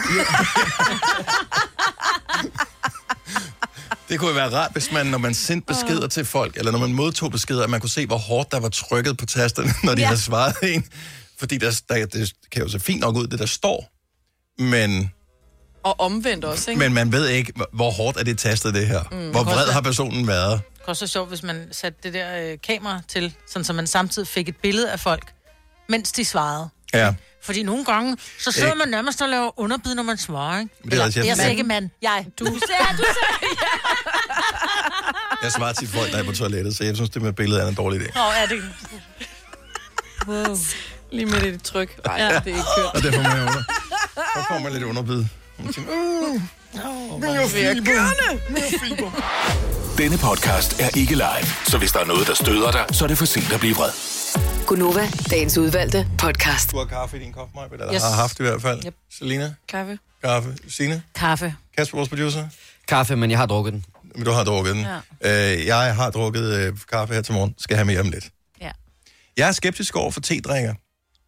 Speaker 1: Det kunne jo være rart, hvis man, når man sendte beskeder til folk, eller når man modtog beskeder, at man kunne se, hvor hårdt der var trykket på tasterne, når de
Speaker 10: Ja.
Speaker 1: ja. havde svaret en. Fordi der, der, det kan jo se fint nok ud, det der står. Men,
Speaker 4: Og omvendt også, ikke?
Speaker 1: men man ved ikke, hvor- hvor hårdt er det tastet, det her.
Speaker 3: Mm.
Speaker 1: Mm. Hvor
Speaker 3: Det kan også
Speaker 1: vred har personen været?
Speaker 3: Det var så sjovt, hvis man satte det der øh, kamera til, sådan så man samtidig fik et billede af folk, mens de svarede.
Speaker 1: Ja.
Speaker 3: Fordi nogle gange, så sidder
Speaker 1: Ikke.
Speaker 3: man nærmest og laver underbid, når man svarer, ikke?
Speaker 1: Øh. Men det er altså-
Speaker 3: jeg er ikke mand. Jeg. Du. Du ser, du ser.
Speaker 1: Jeg svarer til folk, der er på toilettet, så jeg synes, det med billedet er en dårlig idé.
Speaker 3: Nå, er det...
Speaker 4: Wow. Lige med det tryk. Nej, ja.
Speaker 1: Ja.
Speaker 4: det er ikke kørt.
Speaker 1: Og det får man jo under. Så får man lidt underbid. Man tænker, "Uh,
Speaker 4: Mere
Speaker 1: fiber.
Speaker 6: Denne podcast er ikke live, så hvis der er noget, der støder dig, så er det for sent at blive vred.
Speaker 5: Gunova, dagens udvalgte podcast.
Speaker 1: Du har kaffe i din kop, Maja, eller
Speaker 5: Yes.
Speaker 1: yes. har haft i hvert fald. Yep. Selina,
Speaker 4: Kaffe.
Speaker 1: kaffe. Signe?
Speaker 3: Kaffe.
Speaker 1: Kasper, vores producer?
Speaker 9: Kaffe, men jeg har drukket den.
Speaker 1: Men du har drukket den. Ja. Øh, jeg har drukket øh, kaffe her til morgen. Skal have mere om lidt.
Speaker 3: Ja.
Speaker 1: Jeg er skeptisk over for tedrikker.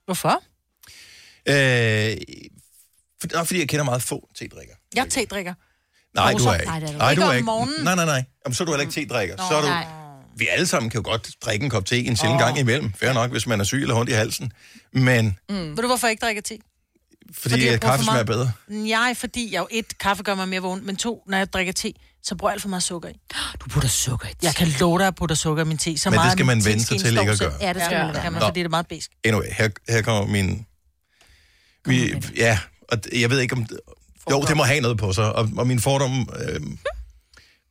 Speaker 3: Hvorfor?
Speaker 1: Øh, for, nå, fordi jeg kender meget få tedrikker.
Speaker 3: Jeg er tedrikker.
Speaker 1: Nej, du
Speaker 3: Roser.
Speaker 1: er ikke.
Speaker 3: Nej, det er du
Speaker 1: Nej,
Speaker 3: ikke.
Speaker 1: du
Speaker 3: Ikke
Speaker 1: er
Speaker 3: om
Speaker 1: ikke.
Speaker 3: morgenen.
Speaker 1: Nej, nej, nej. Jamen, så er du heller ikke tedrikker.
Speaker 3: Nå,
Speaker 1: så er du...
Speaker 3: nej.
Speaker 1: Vi alle sammen kan jo godt drikke en kop te en sjældent gang imellem. Fair nok, hvis man er syg eller hånd i halsen. Men
Speaker 3: Mm. Ved du, hvorfor jeg ikke drikker te?
Speaker 1: fordi,
Speaker 3: jeg
Speaker 1: fordi
Speaker 3: bruger
Speaker 1: kaffe
Speaker 3: for
Speaker 1: smager
Speaker 3: meget-
Speaker 1: bedre.
Speaker 3: Nej, fordi jeg jo et, kaffe gør mig mere vågen, men to, når jeg drikker te, så bruger jeg alt for meget sukker i.
Speaker 2: Du putter sukker i.
Speaker 3: Jeg kan love dig, at jeg putter sukker i min te. Så
Speaker 1: Men det
Speaker 3: meget,
Speaker 1: skal
Speaker 3: at min
Speaker 1: man vende sig
Speaker 3: teskeen
Speaker 1: til
Speaker 3: står
Speaker 1: ikke at
Speaker 3: så-
Speaker 1: gøre.
Speaker 3: Ja, det skal
Speaker 1: Ja.
Speaker 3: man, det kan man,
Speaker 1: Nå.
Speaker 3: fordi det er meget besk.
Speaker 1: Anyway, her, her kommer min... Vi, ja, og d- jeg ved ikke om... Jo, det må have noget på sig, og, og min fordom øh,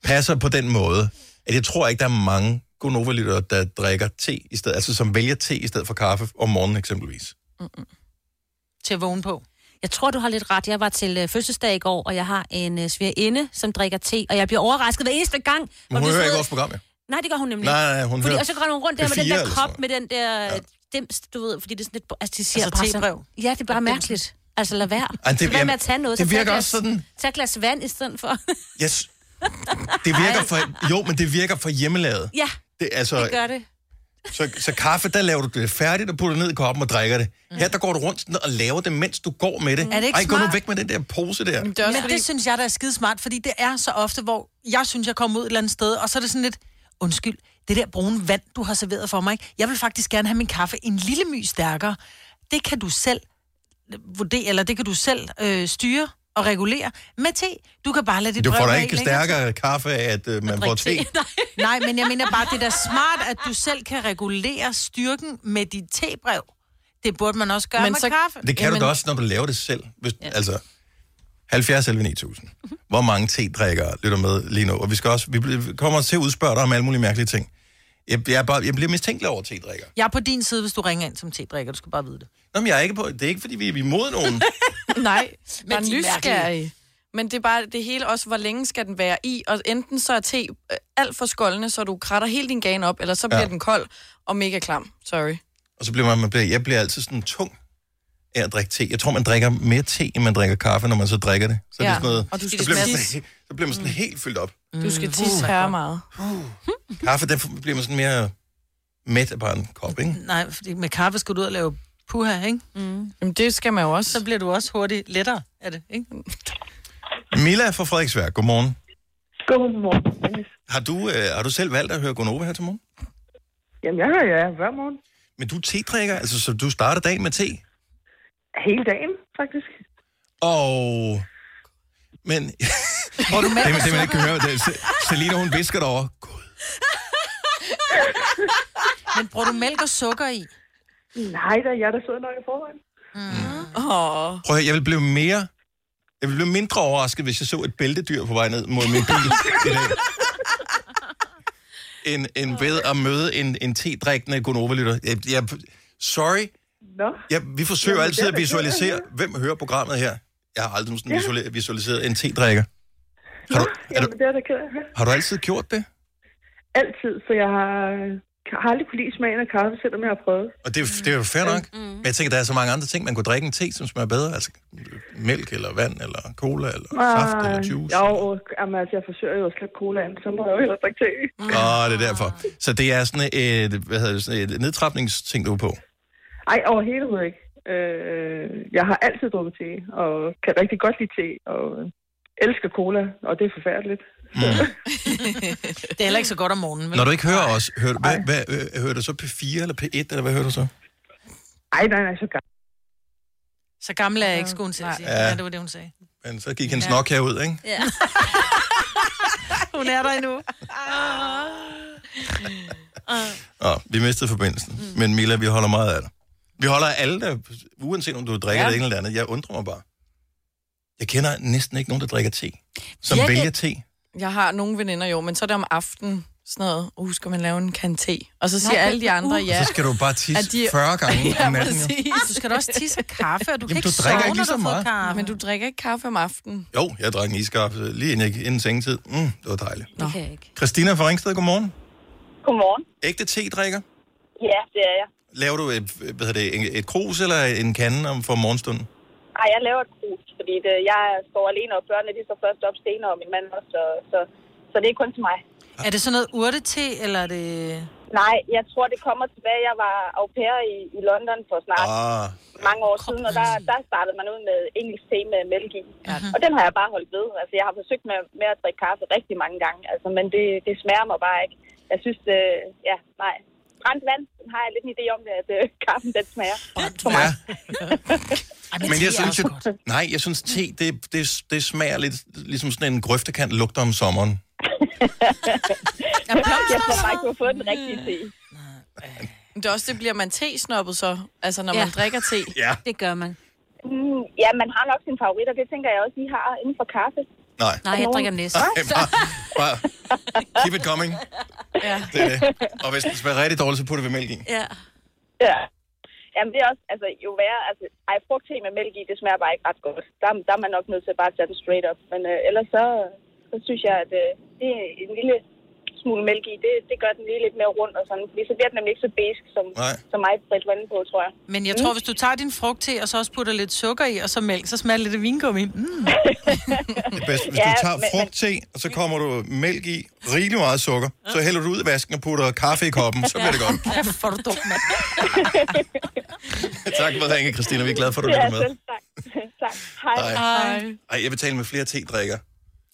Speaker 1: passer på den måde, at jeg tror ikke, der er mange gonova der drikker te i stedet, altså som vælger te i stedet for kaffe om morgenen eksempelvis.
Speaker 3: Til at vågne på.
Speaker 2: Jeg tror, du har lidt ret. Jeg var til øh, fødselsdag i går, og jeg har en øh, svigerinde, som drikker te, og jeg bliver overrasket hver eneste gang. hvor
Speaker 1: Men hun
Speaker 2: vi
Speaker 1: hører
Speaker 2: sidder-
Speaker 1: ikke vores program, ja.
Speaker 2: Nej, det gør hun nemlig.
Speaker 1: Nej, nej, hun
Speaker 2: fordi,
Speaker 1: hører
Speaker 2: Og så går hun rundt der med den
Speaker 1: P4
Speaker 2: der
Speaker 1: eller
Speaker 2: kop, med den der ja. dims, du ved, fordi det er sådan lidt... Altså, de siger
Speaker 3: Altså,
Speaker 2: bare sådan-
Speaker 3: tebrev.
Speaker 2: Ja, det er bare mærkeligt. Altså, lad være.
Speaker 1: Ej, det-
Speaker 2: lad være med
Speaker 1: jamen,
Speaker 2: at tage noget.
Speaker 1: det
Speaker 2: så tag
Speaker 1: virker
Speaker 2: et
Speaker 1: også
Speaker 2: glas-
Speaker 1: sådan-
Speaker 2: Tag et glas vand i stedet for.
Speaker 1: Yes. Det virker for, jo, men det virker for hjemmelavet.
Speaker 2: ja,
Speaker 1: Det, altså,
Speaker 2: det gør det.
Speaker 1: Så, så kaffe, der laver du det færdigt og putter det ned i koppen og drikker det. Her, der går du rundt sådan og laver det, mens du går med det.
Speaker 3: Er det ikke
Speaker 1: Ej, gå nu
Speaker 3: smart?
Speaker 1: væk med den der pose der.
Speaker 3: Det men det synes jeg, der er skidesmart, fordi det er så ofte, hvor jeg synes, jeg kommer ud et eller andet sted, og så er det sådan lidt, undskyld, det der brune vand, du har serveret for mig, ikke? jeg vil faktisk gerne have min kaffe en lille my stærkere. Det kan du selv vurdere, eller det kan du selv øh, styre og regulere med te. Du kan bare lade dit
Speaker 1: Du får
Speaker 3: brev
Speaker 1: da
Speaker 3: være
Speaker 1: ikke
Speaker 3: i længere tid.
Speaker 1: stærkere kaffe af, at øh, man får te.
Speaker 3: Nej, men jeg mener bare, det er da smart, at du selv kan regulere styrken med dit tebrev. Det burde man også gøre men
Speaker 4: Men
Speaker 3: med så,
Speaker 4: så-
Speaker 3: kaffe.
Speaker 1: Det kan Jamen. du da også, når du laver det selv. Hvis, ja. Altså, 70 11 9000. Hvor mange te drikker lytter med lige nu? Og vi, skal også, vi bliver- kommer til at udspørge dig om alle mulige mærkelige ting. Jeg, jeg, er bare, jeg bliver mistænkelig over te drikker.
Speaker 3: Jeg er på din side, hvis du ringer ind som tedrikker. Du skal bare vide det.
Speaker 1: Nå, men jeg er ikke på, det er ikke, fordi vi er imod nogen.
Speaker 4: Nej,
Speaker 3: Men
Speaker 4: men
Speaker 3: de er
Speaker 4: nysgerrig.
Speaker 3: mærkelige.
Speaker 4: Men det er bare det hele også, hvor længe skal den være i, og enten så er te øh, alt for skoldende, så du kratter hele din gane op, eller så bliver
Speaker 1: Ja.
Speaker 4: ja. den kold og mega klam. Sorry.
Speaker 1: Og så bliver man, man bliver, jeg bliver altid sådan tung af at drikke te. Jeg tror, man drikker mere te, end man drikker kaffe, når man så drikker det. Så, ja. det er
Speaker 4: Ja,
Speaker 1: sådan noget,
Speaker 4: og du
Speaker 1: så,
Speaker 4: skal
Speaker 1: bliver man
Speaker 4: tisse.
Speaker 1: sådan, så bliver man sådan helt fyldt op. Mm. Uh.
Speaker 4: Du skal tisse her meget.
Speaker 1: Kaffe, der bliver man sådan mere mæt af bare en kop, ikke?
Speaker 3: Nej, fordi med kaffe skal du ud og lave puha, ikke? Mm.
Speaker 4: Jamen, det skal man jo også.
Speaker 3: Så bliver du også hurtigt lettere af det, ikke?
Speaker 1: Milla fra Frederiksværk, godmorgen.
Speaker 11: Godmorgen.
Speaker 1: Har du, øh, har du selv valgt at høre Gonova her til morgen?
Speaker 11: Jamen, jeg hører jer hver morgen.
Speaker 1: Men du er tedrikker, altså så du starter dagen med te?
Speaker 11: Hele dagen, faktisk.
Speaker 1: Og... Men... og du det, man- det, man ikke kan høre. Det, er- Selina, hun visker derovre.
Speaker 3: Men bruger du mælk og sukker i?
Speaker 11: Nej, da jeg er da sød nok i forvejen.
Speaker 3: Mm. Oh.
Speaker 1: Prøv at, høre, jeg vil blive mere... Jeg vil blive mindre overrasket, hvis jeg så et bæltedyr på vej ned mod min bil i dag. End, end ved at møde en, en tedrikkende Gonova-lytter. Jeg, jeg, sorry.
Speaker 11: Nå.
Speaker 1: Jeg, vi forsøger
Speaker 11: Jamen,
Speaker 1: altid
Speaker 11: det er
Speaker 1: at
Speaker 11: da
Speaker 1: visualisere,
Speaker 11: ked
Speaker 1: hvem hører programmet her. Jeg har aldrig sådan
Speaker 11: Ja.
Speaker 1: visuali- visualiseret en tedrikker. Har du,
Speaker 11: Jamen, det er da ked af. at høre.
Speaker 1: har du altid gjort det?
Speaker 11: Altid, for jeg har, har aldrig kunne lide smagen af kaffe, selvom jeg har prøvet.
Speaker 1: Og det, det er jo fair nok. Mm. Men jeg tænker, der er så mange andre ting, man kunne drikke en te, som smager bedre. Altså øh, mælk, eller vand, eller cola, eller saft, eller
Speaker 11: Ah,
Speaker 1: juice.
Speaker 11: Jo, jamen, altså, jeg forsøger jo at slippe colaen, så må jeg jo heller drikke te.
Speaker 1: Åh, det er derfor. Så det er sådan et, hvad hedder det, sådan et nedtrapningsting, du er på.
Speaker 11: Ej, overhovedet hovedet ikke. Øh, jeg har altid drukket te, og kan rigtig godt lide te, og elsker cola, og det er forfærdeligt.
Speaker 3: det er heller ikke så godt om morgenen, vel?
Speaker 1: Når du ikke hører os, hører du, hvad, hvad, øh, hører du så P4 eller P1, eller hvad hører du så?
Speaker 11: Ej, nej, nej, så gammel.
Speaker 3: Så gammel er jeg ikke, skulle hun til at sige.
Speaker 1: Ja.
Speaker 3: Ja. det var det, hun sagde.
Speaker 1: Men så gik hendes ja. nok herud, ikke?
Speaker 3: Ja. hun er der endnu.
Speaker 1: Nå, vi mistede forbindelsen. Mm. Men Mila, vi holder meget af dig. Vi holder af alle, der, uanset om du drikker ja.
Speaker 2: Ja.
Speaker 1: det ene eller det andet. Jeg undrer mig bare. Jeg kender næsten ikke nogen, der drikker te. Som
Speaker 4: Jeg kan-
Speaker 1: vælger te.
Speaker 4: Jeg har nogle veninder jo, men så er det om aftenen sådan noget, uh, skal man lave en kante? Og så
Speaker 3: Nå,
Speaker 4: siger alle de andre
Speaker 3: uh.
Speaker 4: ja.
Speaker 1: Og så skal du bare tisse 40 gange om
Speaker 4: ja,
Speaker 1: natten, jo.
Speaker 4: præcis.
Speaker 3: Du skal da også tisse af kaffe, og du kan ikke
Speaker 1: Jamen, du drikker
Speaker 3: sove,
Speaker 1: ikke lige så
Speaker 3: når du har
Speaker 1: meget.
Speaker 3: fået kaffe.
Speaker 4: Men du drikker ikke kaffe om aftenen.
Speaker 1: Jo, jeg drak en iskaffe lige inden, jeg, inden sengetid. Mm, det var dejligt.
Speaker 4: Nå. Det kan jeg ikke.
Speaker 1: Christina fra Ringsted, godmorgen.
Speaker 12: Godmorgen.
Speaker 1: Ægte te-drikker.
Speaker 12: Ja, det er jeg.
Speaker 1: Laver du et, hvad hedder det, en- et krus eller en kande om for morgenstunden?
Speaker 12: Ej, jeg laver et krus, fordi det, jeg står alene, og børnene de står først op senere, og min mand også, så, så, så det er kun til mig.
Speaker 3: Er det sådan noget urtete, eller er det...
Speaker 12: Nej, jeg tror, det kommer tilbage. Jeg var au pair i, i London for snart
Speaker 1: Ah.
Speaker 12: mange år siden, og der, der startede man ud med engelsk te med mælk i.
Speaker 1: Mhm.
Speaker 12: Og den har jeg bare holdt ved. Altså, jeg har forsøgt med, med at drikke kaffe rigtig mange gange, altså, men det, det smager mig bare ikke. Jeg synes, øh, ja, nej. Brændt vand, den har jeg lidt en idé om, at øh, kaffen den smager.
Speaker 1: Ja. Men jeg synes, jeg, nej, jeg synes, te, det, det, det smager lidt ligesom sådan en grøftekant lugter om sommeren.
Speaker 12: jeg tror bare ikke, du har fået den rigtige te.
Speaker 4: Men det er også, det bliver man tesnoppet så, altså når ja. man drikker te.
Speaker 1: Ja.
Speaker 2: Det gør man.
Speaker 12: Mm, ja, man har nok sine favoritter. Det tænker jeg også, I har inden for kaffe.
Speaker 1: Nej.
Speaker 2: Nej, jeg drikker næste.
Speaker 1: Nej, bare, bare keep it coming.
Speaker 12: Ja.
Speaker 1: Det er det. Og hvis den smager rigtig dårligt, så putter vi mælk i.
Speaker 2: ja.
Speaker 12: ja. Jamen, det er også, altså, jo værre, altså, ej, frugtte med mælk i, det smager bare ikke ret godt. Der, der er man nok nødt til bare at tage den straight up. Men øh, ellers så, så synes jeg, at øh, det er en lille smule mælk i, det, det gør den lige lidt mere rund og sådan. Fordi så bliver den nemlig ikke så besk, som,
Speaker 1: Nej.
Speaker 12: som mig Britt var inde på, tror jeg.
Speaker 3: Men jeg tror, hvis du tager din frugt til, og så også putter lidt sukker i, og så mælk, så smager det lidt af vingummi. Mm.
Speaker 1: Det er bedst, hvis
Speaker 3: Ja,
Speaker 1: du tager
Speaker 3: men-
Speaker 1: frugtte, og så kommer du mælk i, rigelig meget sukker, så hælder du ud i vasken og putter kaffe i koppen, så bliver det godt.
Speaker 3: Ja, for du dum, mand.
Speaker 1: Tak for ringen, Christina. Vi er glade for, at du lytter med.
Speaker 12: tak. tak. Hej.
Speaker 1: Hej.
Speaker 2: Hej.
Speaker 1: Ej, jeg vil tale med flere te-drikker.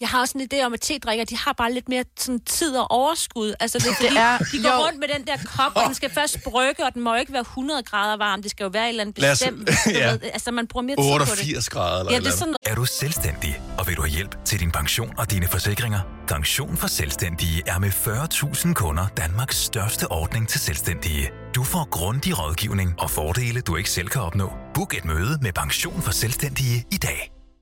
Speaker 2: Jeg har også en idé om, at tedrikker, de har bare lidt mere sådan, tid og overskud. Altså, det er, fordi,
Speaker 4: Det er-
Speaker 2: de går
Speaker 4: jo.
Speaker 2: rundt med den der kop, og den skal først brygge, og den må jo ikke være 100 grader varm. Det skal jo være et eller andet
Speaker 13: Lad os-
Speaker 2: bestemt. Os...
Speaker 13: ja.
Speaker 2: ja. ved, altså, man bruger mere tid på det.
Speaker 13: 88 grader eller
Speaker 2: Ja,
Speaker 13: et
Speaker 2: det er
Speaker 13: eller andet. Er du selvstændig, og vil du have hjælp til din pension og dine forsikringer? Pension for Selvstændige er med 40.000 kunder Danmarks største ordning til selvstændige. Du får grundig rådgivning og fordele, du ikke selv kan opnå. Book et møde med Pension for Selvstændige i dag.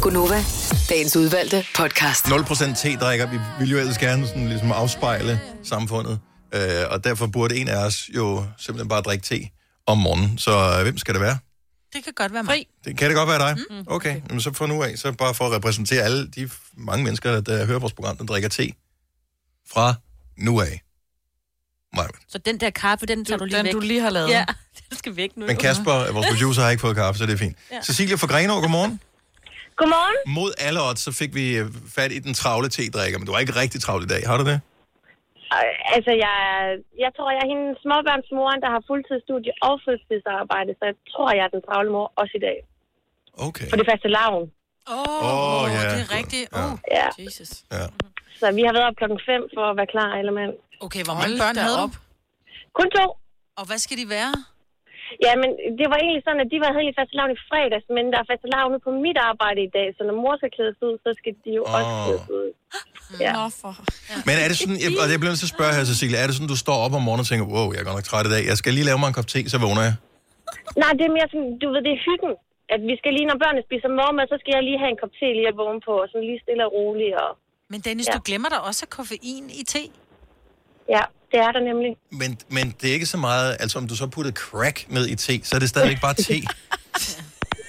Speaker 5: Gunova, dagens udvalgte podcast.
Speaker 1: 0% te-drikker, vi vil jo ellers gerne sådan, ligesom afspejle samfundet. Øh, og derfor burde en af os jo simpelthen bare drikke te om morgenen. Så øh, hvem skal det være?
Speaker 3: Det kan godt være mig.
Speaker 1: Det kan det godt være dig? Mm. Okay, Jamen, så fra nu af, så bare for at repræsentere alle de f- mange mennesker, der hører vores program, der drikker te. Fra nu af. Nej,
Speaker 2: Så den der kaffe, den tager du, lige
Speaker 4: den,
Speaker 2: væk.
Speaker 4: du lige har lavet.
Speaker 2: Ja, den skal væk nu.
Speaker 1: men Kasper, øh, vores producer, har ikke fået kaffe, så det er fint.
Speaker 2: Mm. Ja.
Speaker 1: Ja. Cecilia fra Grenaa, godmorgen.
Speaker 14: Godmorgen.
Speaker 1: Mod alle odds, så fik vi øh, fat i den travle te-drikker, men du var ikke rigtig travl i dag, har du det?
Speaker 14: Øh, Altså, jeg, jeg tror, jeg er hende småbørnsmoren, der har fuldtidsstudie og fuldtidsarbejde, så jeg tror, jeg er den travle mor også i dag.
Speaker 1: Okay.
Speaker 14: På det faste lavn.
Speaker 3: Åh,
Speaker 1: Åh, ja,
Speaker 3: det er
Speaker 1: godt.
Speaker 3: rigtigt. Uh, Åh,
Speaker 14: Ja.
Speaker 4: Jesus.
Speaker 1: Ja.
Speaker 14: Så vi har været op klokken 5 for at være klar, alle mand.
Speaker 3: Okay, hvor mange børn havde du?
Speaker 14: Kun to.
Speaker 3: Og hvad skal de være?
Speaker 14: Ja, men det var egentlig sådan, at de var helt i faste lavn i fredags, men der er faste lavn på mit arbejde i dag, så når mor skal klædes ud, så skal de jo oh. også
Speaker 1: Åh.
Speaker 14: klædes ud. Ja.
Speaker 4: Nå, for...
Speaker 1: Men er det sådan, jeg, og jeg bliver nødt til at spørge her, Cecilia, er det sådan, du står op om morgenen og tænker, wow, jeg er godt nok træt i dag, jeg skal lige lave mig en kop te, så vågner jeg.
Speaker 14: Nej, det er mere sådan, du ved, det er hyggen. At vi skal lige, når børnene spiser morgenmad, så skal jeg lige have en kop te lige at vågne på, og sådan lige stille og roligt. Og...
Speaker 3: Men Dennis, du glemmer der også koffein i te.
Speaker 14: Ja, det er der nemlig.
Speaker 1: Men, men det er ikke så meget, altså om du så puttede crack med i te, så er det stadigvæk bare te.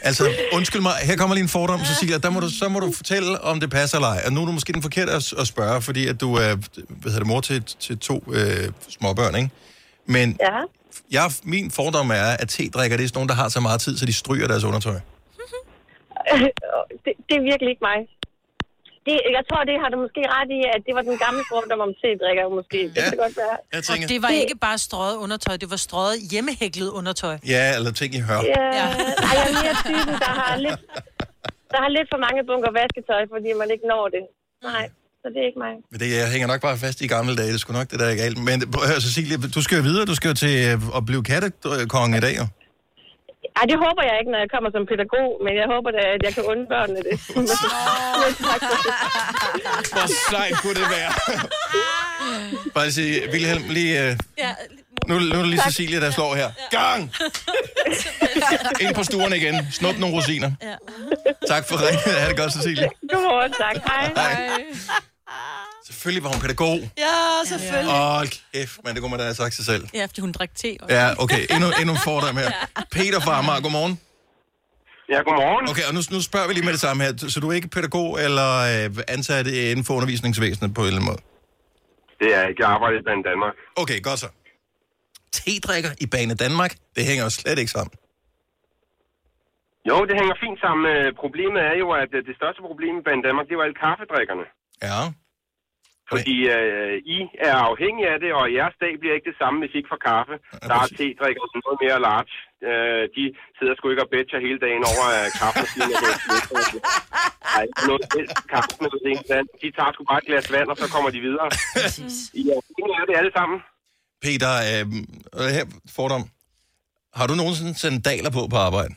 Speaker 1: Altså, undskyld mig, her kommer lige en fordom, Cecilia, der må du, så må du fortælle, om det passer eller ej. Og nu er du måske den forkerte at, at spørge, fordi at du er hvad hedder det, mor til, til to øh, småbørn, ikke? Men
Speaker 14: ja.
Speaker 1: jeg, min fordom er, at te drikker, det er sådan nogen, der har så meget tid, så de stryger deres undertøj.
Speaker 14: det, det er virkelig ikke mig. Det, jeg tror, det har du måske ret i, at det var den gamle fordom om te-drikker, måske. Det kan det godt være.
Speaker 1: Jeg
Speaker 3: Og det var ikke bare strøget undertøj, det var strøget hjemmehæklet undertøj.
Speaker 1: Ja, eller ting i hør.
Speaker 14: Ja, øh, Ej, jeg er mere typen, der har lidt, der har lidt for mange bunker vasketøj, fordi man ikke når det. Nej, så det er ikke mig.
Speaker 1: Men det jeg hænger nok bare fast i gamle dage, det er sgu nok det, der er galt. Men prøv at høre, Cecilia, du skal jo videre, du skal jo til øh, at blive kattekonge i dag, jo.
Speaker 14: Ej, det håber jeg ikke, når jeg kommer som pædagog, men jeg håber da, at jeg kan unde børnene det. Men tak for det.
Speaker 1: Hvor sejt kunne det være? Bare lige sige, Vilhelm, lige... øh,
Speaker 2: Ja,
Speaker 1: Nu, nu er det lige Cecilia, der slår her. Gang! Ind på stuerne igen. Snup nogle rosiner.
Speaker 2: Ja.
Speaker 1: Tak for ringen. Ha' det godt, Cecilia.
Speaker 14: Godmorgen, tak. Hej.
Speaker 1: Hej. Selvfølgelig var hun pædagog.
Speaker 2: Ja, selvfølgelig.
Speaker 1: Åh, kæft, men det kunne man da have sagt sig selv.
Speaker 2: Ja, fordi hun drak te. også.
Speaker 1: Ja, okay. Endnu, endnu en fordom her. Peter fra Amager, godmorgen.
Speaker 15: Ja, godmorgen.
Speaker 1: Okay, og nu, nu spørger vi lige med det samme her. Så du er ikke pædagog eller øh, ansat inden for undervisningsvæsenet på en eller anden måde?
Speaker 15: Det er ikke. Jeg arbejder i Band Danmark.
Speaker 1: Okay, godt så. Tedrikker i Bane Danmark, det hænger jo slet ikke sammen.
Speaker 15: Jo, det hænger fint sammen. Øh, Problemet er jo, at øh, det største problem i Band Danmark, det var alle kaffedrikkerne.
Speaker 1: Ja.
Speaker 15: Fordi øh, I er afhængige af det, og jeres dag bliver ikke det samme, hvis I ikke får kaffe. Der er tedrikker sådan noget mere large. Øh, de sidder sgu ikke og betcher hele dagen over øh, kaffen. Nej, noget helst. kaffen er en sand. De tager sgu bare et glas vand, og så kommer de videre. I er afhængige af det alle sammen.
Speaker 1: Peter, øh, og her fordom. Har du nogensinde sandaler på på arbejde?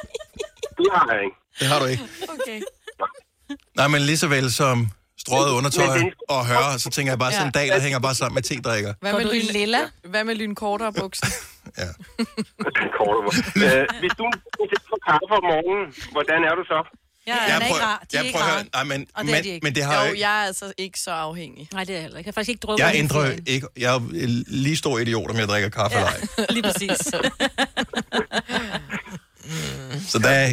Speaker 15: Det har jeg ikke.
Speaker 1: Det har du ikke.
Speaker 4: Okay.
Speaker 1: Nej, men lige så vel som strøget undertøj
Speaker 4: Men det-
Speaker 1: og høre, så tænker jeg bare,
Speaker 4: Ja.
Speaker 1: sandaler hænger bare sammen med tedrikker.
Speaker 4: Hvad med, lyn, lilla? Hvad med lyn kortere bukser?
Speaker 15: Øh, hvis du hvis du ikke får kaffe om morgenen, hvordan er du så?
Speaker 3: Ja,
Speaker 1: Jeg prøver, jeg prøver at høre, nej, men, men, men det har
Speaker 4: jo,
Speaker 1: jeg ikke.
Speaker 4: jeg er altså ikke så afhængig.
Speaker 2: Nej, det er jeg heller ikke. Jeg har faktisk ikke drukket
Speaker 1: Jeg ændrer jo ikke. Jeg er jo lige stor idiot, om jeg drikker kaffe eller ej.
Speaker 2: Lige præcis.
Speaker 1: Så der er,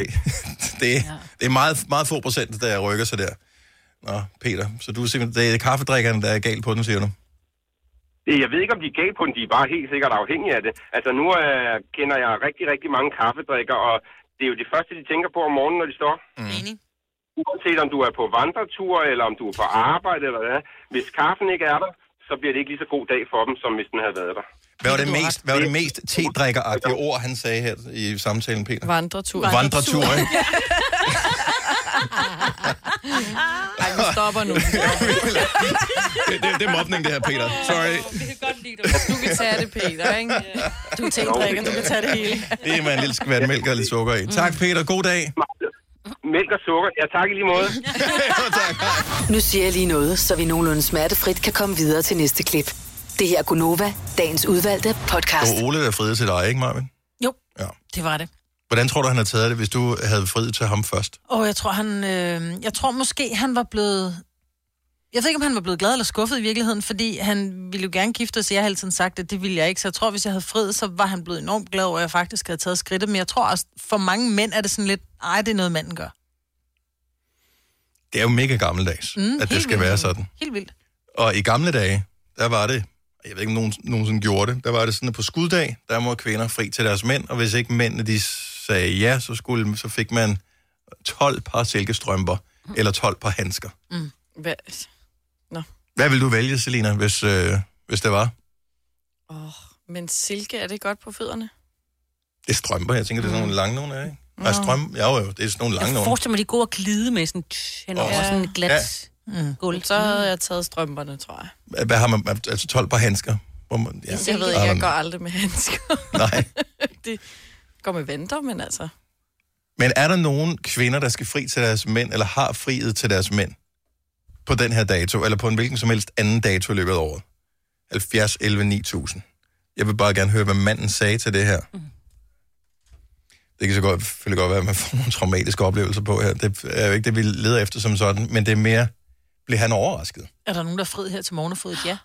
Speaker 1: det, det er meget, meget få procent, der rykker sig der. Nå, Peter, så du er simpelthen, det er kaffedrikkerne, der er galt på den, siger du?
Speaker 15: Det- Jeg ved ikke, om de er galt på den. De er bare helt sikkert afhængige af det. Altså, nu øh, kender jeg rigtig, rigtig mange kaffedrikker, og det er jo det første, de tænker på om morgenen, når de står.
Speaker 3: Mm.
Speaker 15: Uanset om du er på vandretur, eller om du er på arbejde, eller hvad. Hvis kaffen ikke er der, så bliver det ikke lige så god dag for dem, som hvis den havde været der.
Speaker 1: Hvad var det mest, hvad var det mest tedrikkeragtige ord, han sagde her i samtalen, Peter?
Speaker 4: Vandretur.
Speaker 1: Vandretur, ikke?
Speaker 4: Ej, vi stopper nu.
Speaker 1: Det, det, det er mobning, det her, Peter. Sorry.
Speaker 4: Du kan tage det, Peter, ikke? Du er tænkt, du kan tage det hele.
Speaker 1: Det er med en lille skvat mælk og lidt sukker i. Tak, Peter. God dag.
Speaker 15: mælk og sukker. Ja, tak i lige måde.
Speaker 5: Nu siger jeg lige noget, så vi nogenlunde smertefrit kan komme videre til næste klip. Det her er Gunova, dagens udvalgte podcast.
Speaker 1: Og Ole er friet til dig, ikke Marvin?
Speaker 3: Jo,
Speaker 1: ja.
Speaker 3: det var det.
Speaker 1: Hvordan tror du, han havde taget det, hvis du havde friet til ham først?
Speaker 3: Og jeg tror, han, øh, jeg tror måske, han var blevet... Jeg ved ikke, om han var blevet glad eller skuffet i virkeligheden, fordi han ville jo gerne gifte sig. Jeg har altid sagt, at det ville jeg ikke. Så jeg tror, hvis jeg havde fred, så var han blevet enormt glad over, at jeg faktisk havde taget skridtet. Men jeg tror også, for mange mænd er det sådan lidt, ej, det er noget, manden gør.
Speaker 1: Det er jo mega gammeldags,
Speaker 3: Mm,
Speaker 1: mm, at
Speaker 3: helt
Speaker 1: det skal
Speaker 3: vildt.
Speaker 1: være sådan.
Speaker 3: Helt vildt.
Speaker 1: Og i gamle dage, der var det, jeg ved ikke om nogen nogensinde gjorde det, der var det sådan, at på skuddag, der må kvinder fri til deres mænd, og hvis ikke mændene de sagde ja, så, skulle, så fik man 12 par silkestrømper, eller 12 par handsker.
Speaker 4: Mm. Hvad? Nå.
Speaker 1: Hvad vil du vælge, Selina, hvis, øh, hvis det var?
Speaker 4: Men silke, er det godt på fødderne?
Speaker 1: Det er strømper, jeg tænker, det er sådan nogle lange nogle af, ikke?
Speaker 4: Nå.
Speaker 1: Nej, strøm, ja, jo, det er sådan nogle lange
Speaker 2: Jeg
Speaker 1: nogle.
Speaker 2: forestiller mig, de er gode at glide med sådan, tsh, hen over
Speaker 1: Ja.
Speaker 2: sådan et glat
Speaker 1: Ja.
Speaker 2: ja. gulv.
Speaker 4: Mm. Så havde jeg taget strømperne, tror jeg.
Speaker 1: Hvad- Hvad har man, altså 12 par handsker? Hvor man, ja.
Speaker 4: Jeg ved ikke, jeg går aldrig med handsker.
Speaker 1: Nej.
Speaker 4: det går med vanter, men altså...
Speaker 1: Men er der nogen kvinder, der skal fri til deres mænd, eller har friet til deres mænd på den her dato, eller på en hvilken som helst anden dato i løbet af året? 70, 11, 9000. Jeg vil bare gerne høre, hvad manden sagde til det her.
Speaker 4: Mm.
Speaker 1: Det kan så godt, selvfølgelig godt være, at man får nogle traumatiske oplevelser på her. Det er jo ikke det, vi leder efter som sådan, men det er mere, bliver han overrasket?
Speaker 3: Er der nogen, der er fred her til morgenfodet? Ja.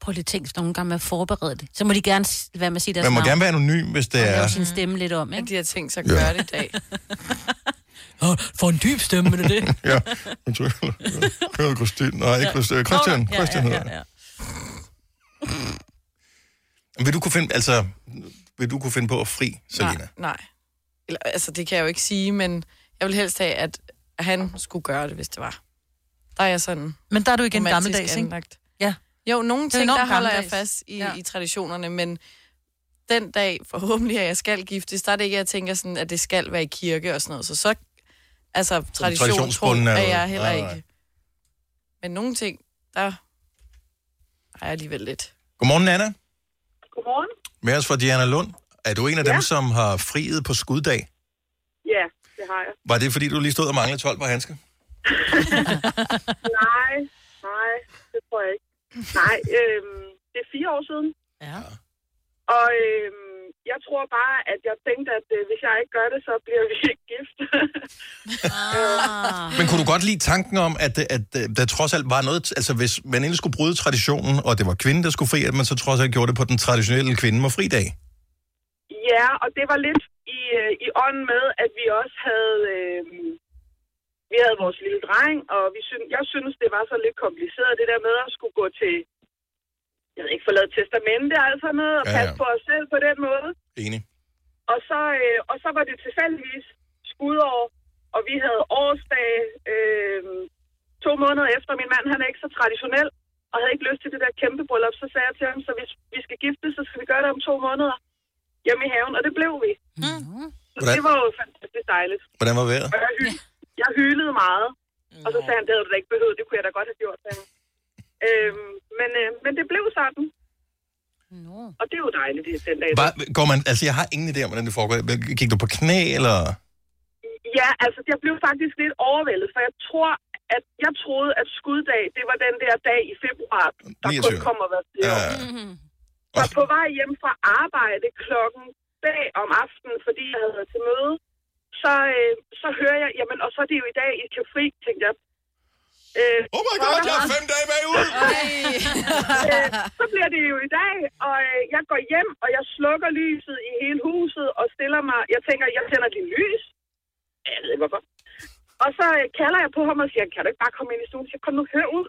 Speaker 2: Prøv lige at tænke nogle gange med at forberede det. Så må de gerne s- være med at sige deres
Speaker 1: Man må
Speaker 2: navn.
Speaker 1: gerne være anonym, hvis det
Speaker 2: Og
Speaker 1: er...
Speaker 2: lave sin stemme lidt om, ikke? At
Speaker 4: de har tænkt sig
Speaker 1: at Ja. gøre
Speaker 4: det i dag.
Speaker 2: For en dyb stemme, men det er det.
Speaker 1: ja, jeg tror, jeg Christine. Nej, ikke Christine. Christian.
Speaker 2: Ja, ja,
Speaker 1: Christian hedder
Speaker 2: ja,
Speaker 1: han.
Speaker 2: ja.
Speaker 1: Vil du kunne finde, altså, vil du kunne finde på at fri, Selina?
Speaker 4: Nej, nej. Eller, altså, det kan jeg jo ikke sige, men jeg vil helst have, at han skulle gøre det, hvis det var. Der er jeg sådan...
Speaker 3: Men der er du igen
Speaker 4: romantisk
Speaker 3: gammeldags, ikke?
Speaker 4: anlagt.
Speaker 3: Ja.
Speaker 4: Jo, nogle
Speaker 3: Det er
Speaker 4: ting,
Speaker 3: enormt
Speaker 4: der holder jeg
Speaker 3: gammeldags.
Speaker 4: fast i,
Speaker 3: Ja.
Speaker 4: ja. i traditionerne, men den dag, forhåbentlig, at jeg skal giftes, der er det ikke, at jeg tænker sådan, at det skal være i kirke og sådan noget. Så så, altså, tradition tro,
Speaker 1: traditionsbunden er
Speaker 4: er
Speaker 1: jo-
Speaker 4: jeg heller
Speaker 1: Nej, nej.
Speaker 4: ikke. Men nogle ting, der er jeg alligevel lidt.
Speaker 1: Godmorgen, Anna.
Speaker 11: Godmorgen.
Speaker 1: Med os fra Diana Lund. Er du en af dem,
Speaker 11: Ja.
Speaker 1: som har friet på skuddag?
Speaker 11: Ja, det har jeg.
Speaker 1: Var det, fordi du lige stod og manglede 12 par handsker?
Speaker 11: nej, nej, det tror jeg ikke. Nej, øhm, det er fire år siden.
Speaker 3: Ja.
Speaker 11: Og øhm, jeg tror bare, at jeg tænkte, at øh, hvis jeg ikke gør det, så bliver vi ikke gift. ah.
Speaker 1: Men kunne du godt lide tanken om, at, at, at der trods alt var noget... Altså, hvis man endelig skulle bryde traditionen, og det var kvinden, der skulle fri, at man så trods alt gjorde det på den traditionelle kvinde må fridag?
Speaker 11: Ja, og det var lidt i, øh, i ånden med, at vi også havde, øh, vi havde vores lille dreng, og vi syn, jeg synes, det var så lidt kompliceret, det der med at skulle gå til, jeg ved ikke, forlade testamente og alt sådan noget, og
Speaker 1: Ja,
Speaker 11: ja,
Speaker 1: ja.
Speaker 11: passe på os selv på den måde.
Speaker 1: Enig.
Speaker 11: Og så, øh, og så var det tilfældigvis skudår, og vi havde årsdag øh, to måneder efter. Min mand, han er ikke så traditionel, og havde ikke lyst til det der kæmpe bryllup. Så sagde jeg til ham, så hvis vi skal gifte, så skal vi gøre det om to måneder hjemme i haven, og det blev vi. Mm. Så det
Speaker 1: Hvordan-
Speaker 11: var jo fantastisk dejligt.
Speaker 1: Hvordan var vejret?
Speaker 11: Og jeg, hy- jeg hylede meget, og så sagde han, det havde du da ikke behøvet, det kunne jeg da godt have gjort. sagde han. Øhm, men, øh, men det blev sådan. No. Og det er jo dejligt det- den dag. i dag.
Speaker 1: Var, går man, altså, jeg har ingen idé om, hvordan det foregår. Gik du på knæ, eller...
Speaker 11: Ja, altså jeg blev faktisk lidt overvældet, for jeg tror, at jeg troede, at skuddag, det var den der dag i februar, der
Speaker 1: 29..
Speaker 11: kun kommer hver fjerde år.
Speaker 1: Ja.
Speaker 11: Så på vej hjem fra arbejde klokken bag om aftenen, fordi jeg havde været til møde, så, øh, så hører jeg, jamen, og så er det jo i dag, I kan fri, tænkte jeg. Øh,
Speaker 1: oh my god, jeg er fem dage bagud!
Speaker 11: øh, så bliver det jo i dag, og øh, jeg går hjem, og jeg slukker lyset i hele huset, og stiller mig, jeg tænker, jeg tænder din lys. Ja, Jeg ved ikke, hvorfor. Og så øh, kalder jeg på ham og siger, kan du ikke bare komme ind i stuen? Så kom nu, kør ud.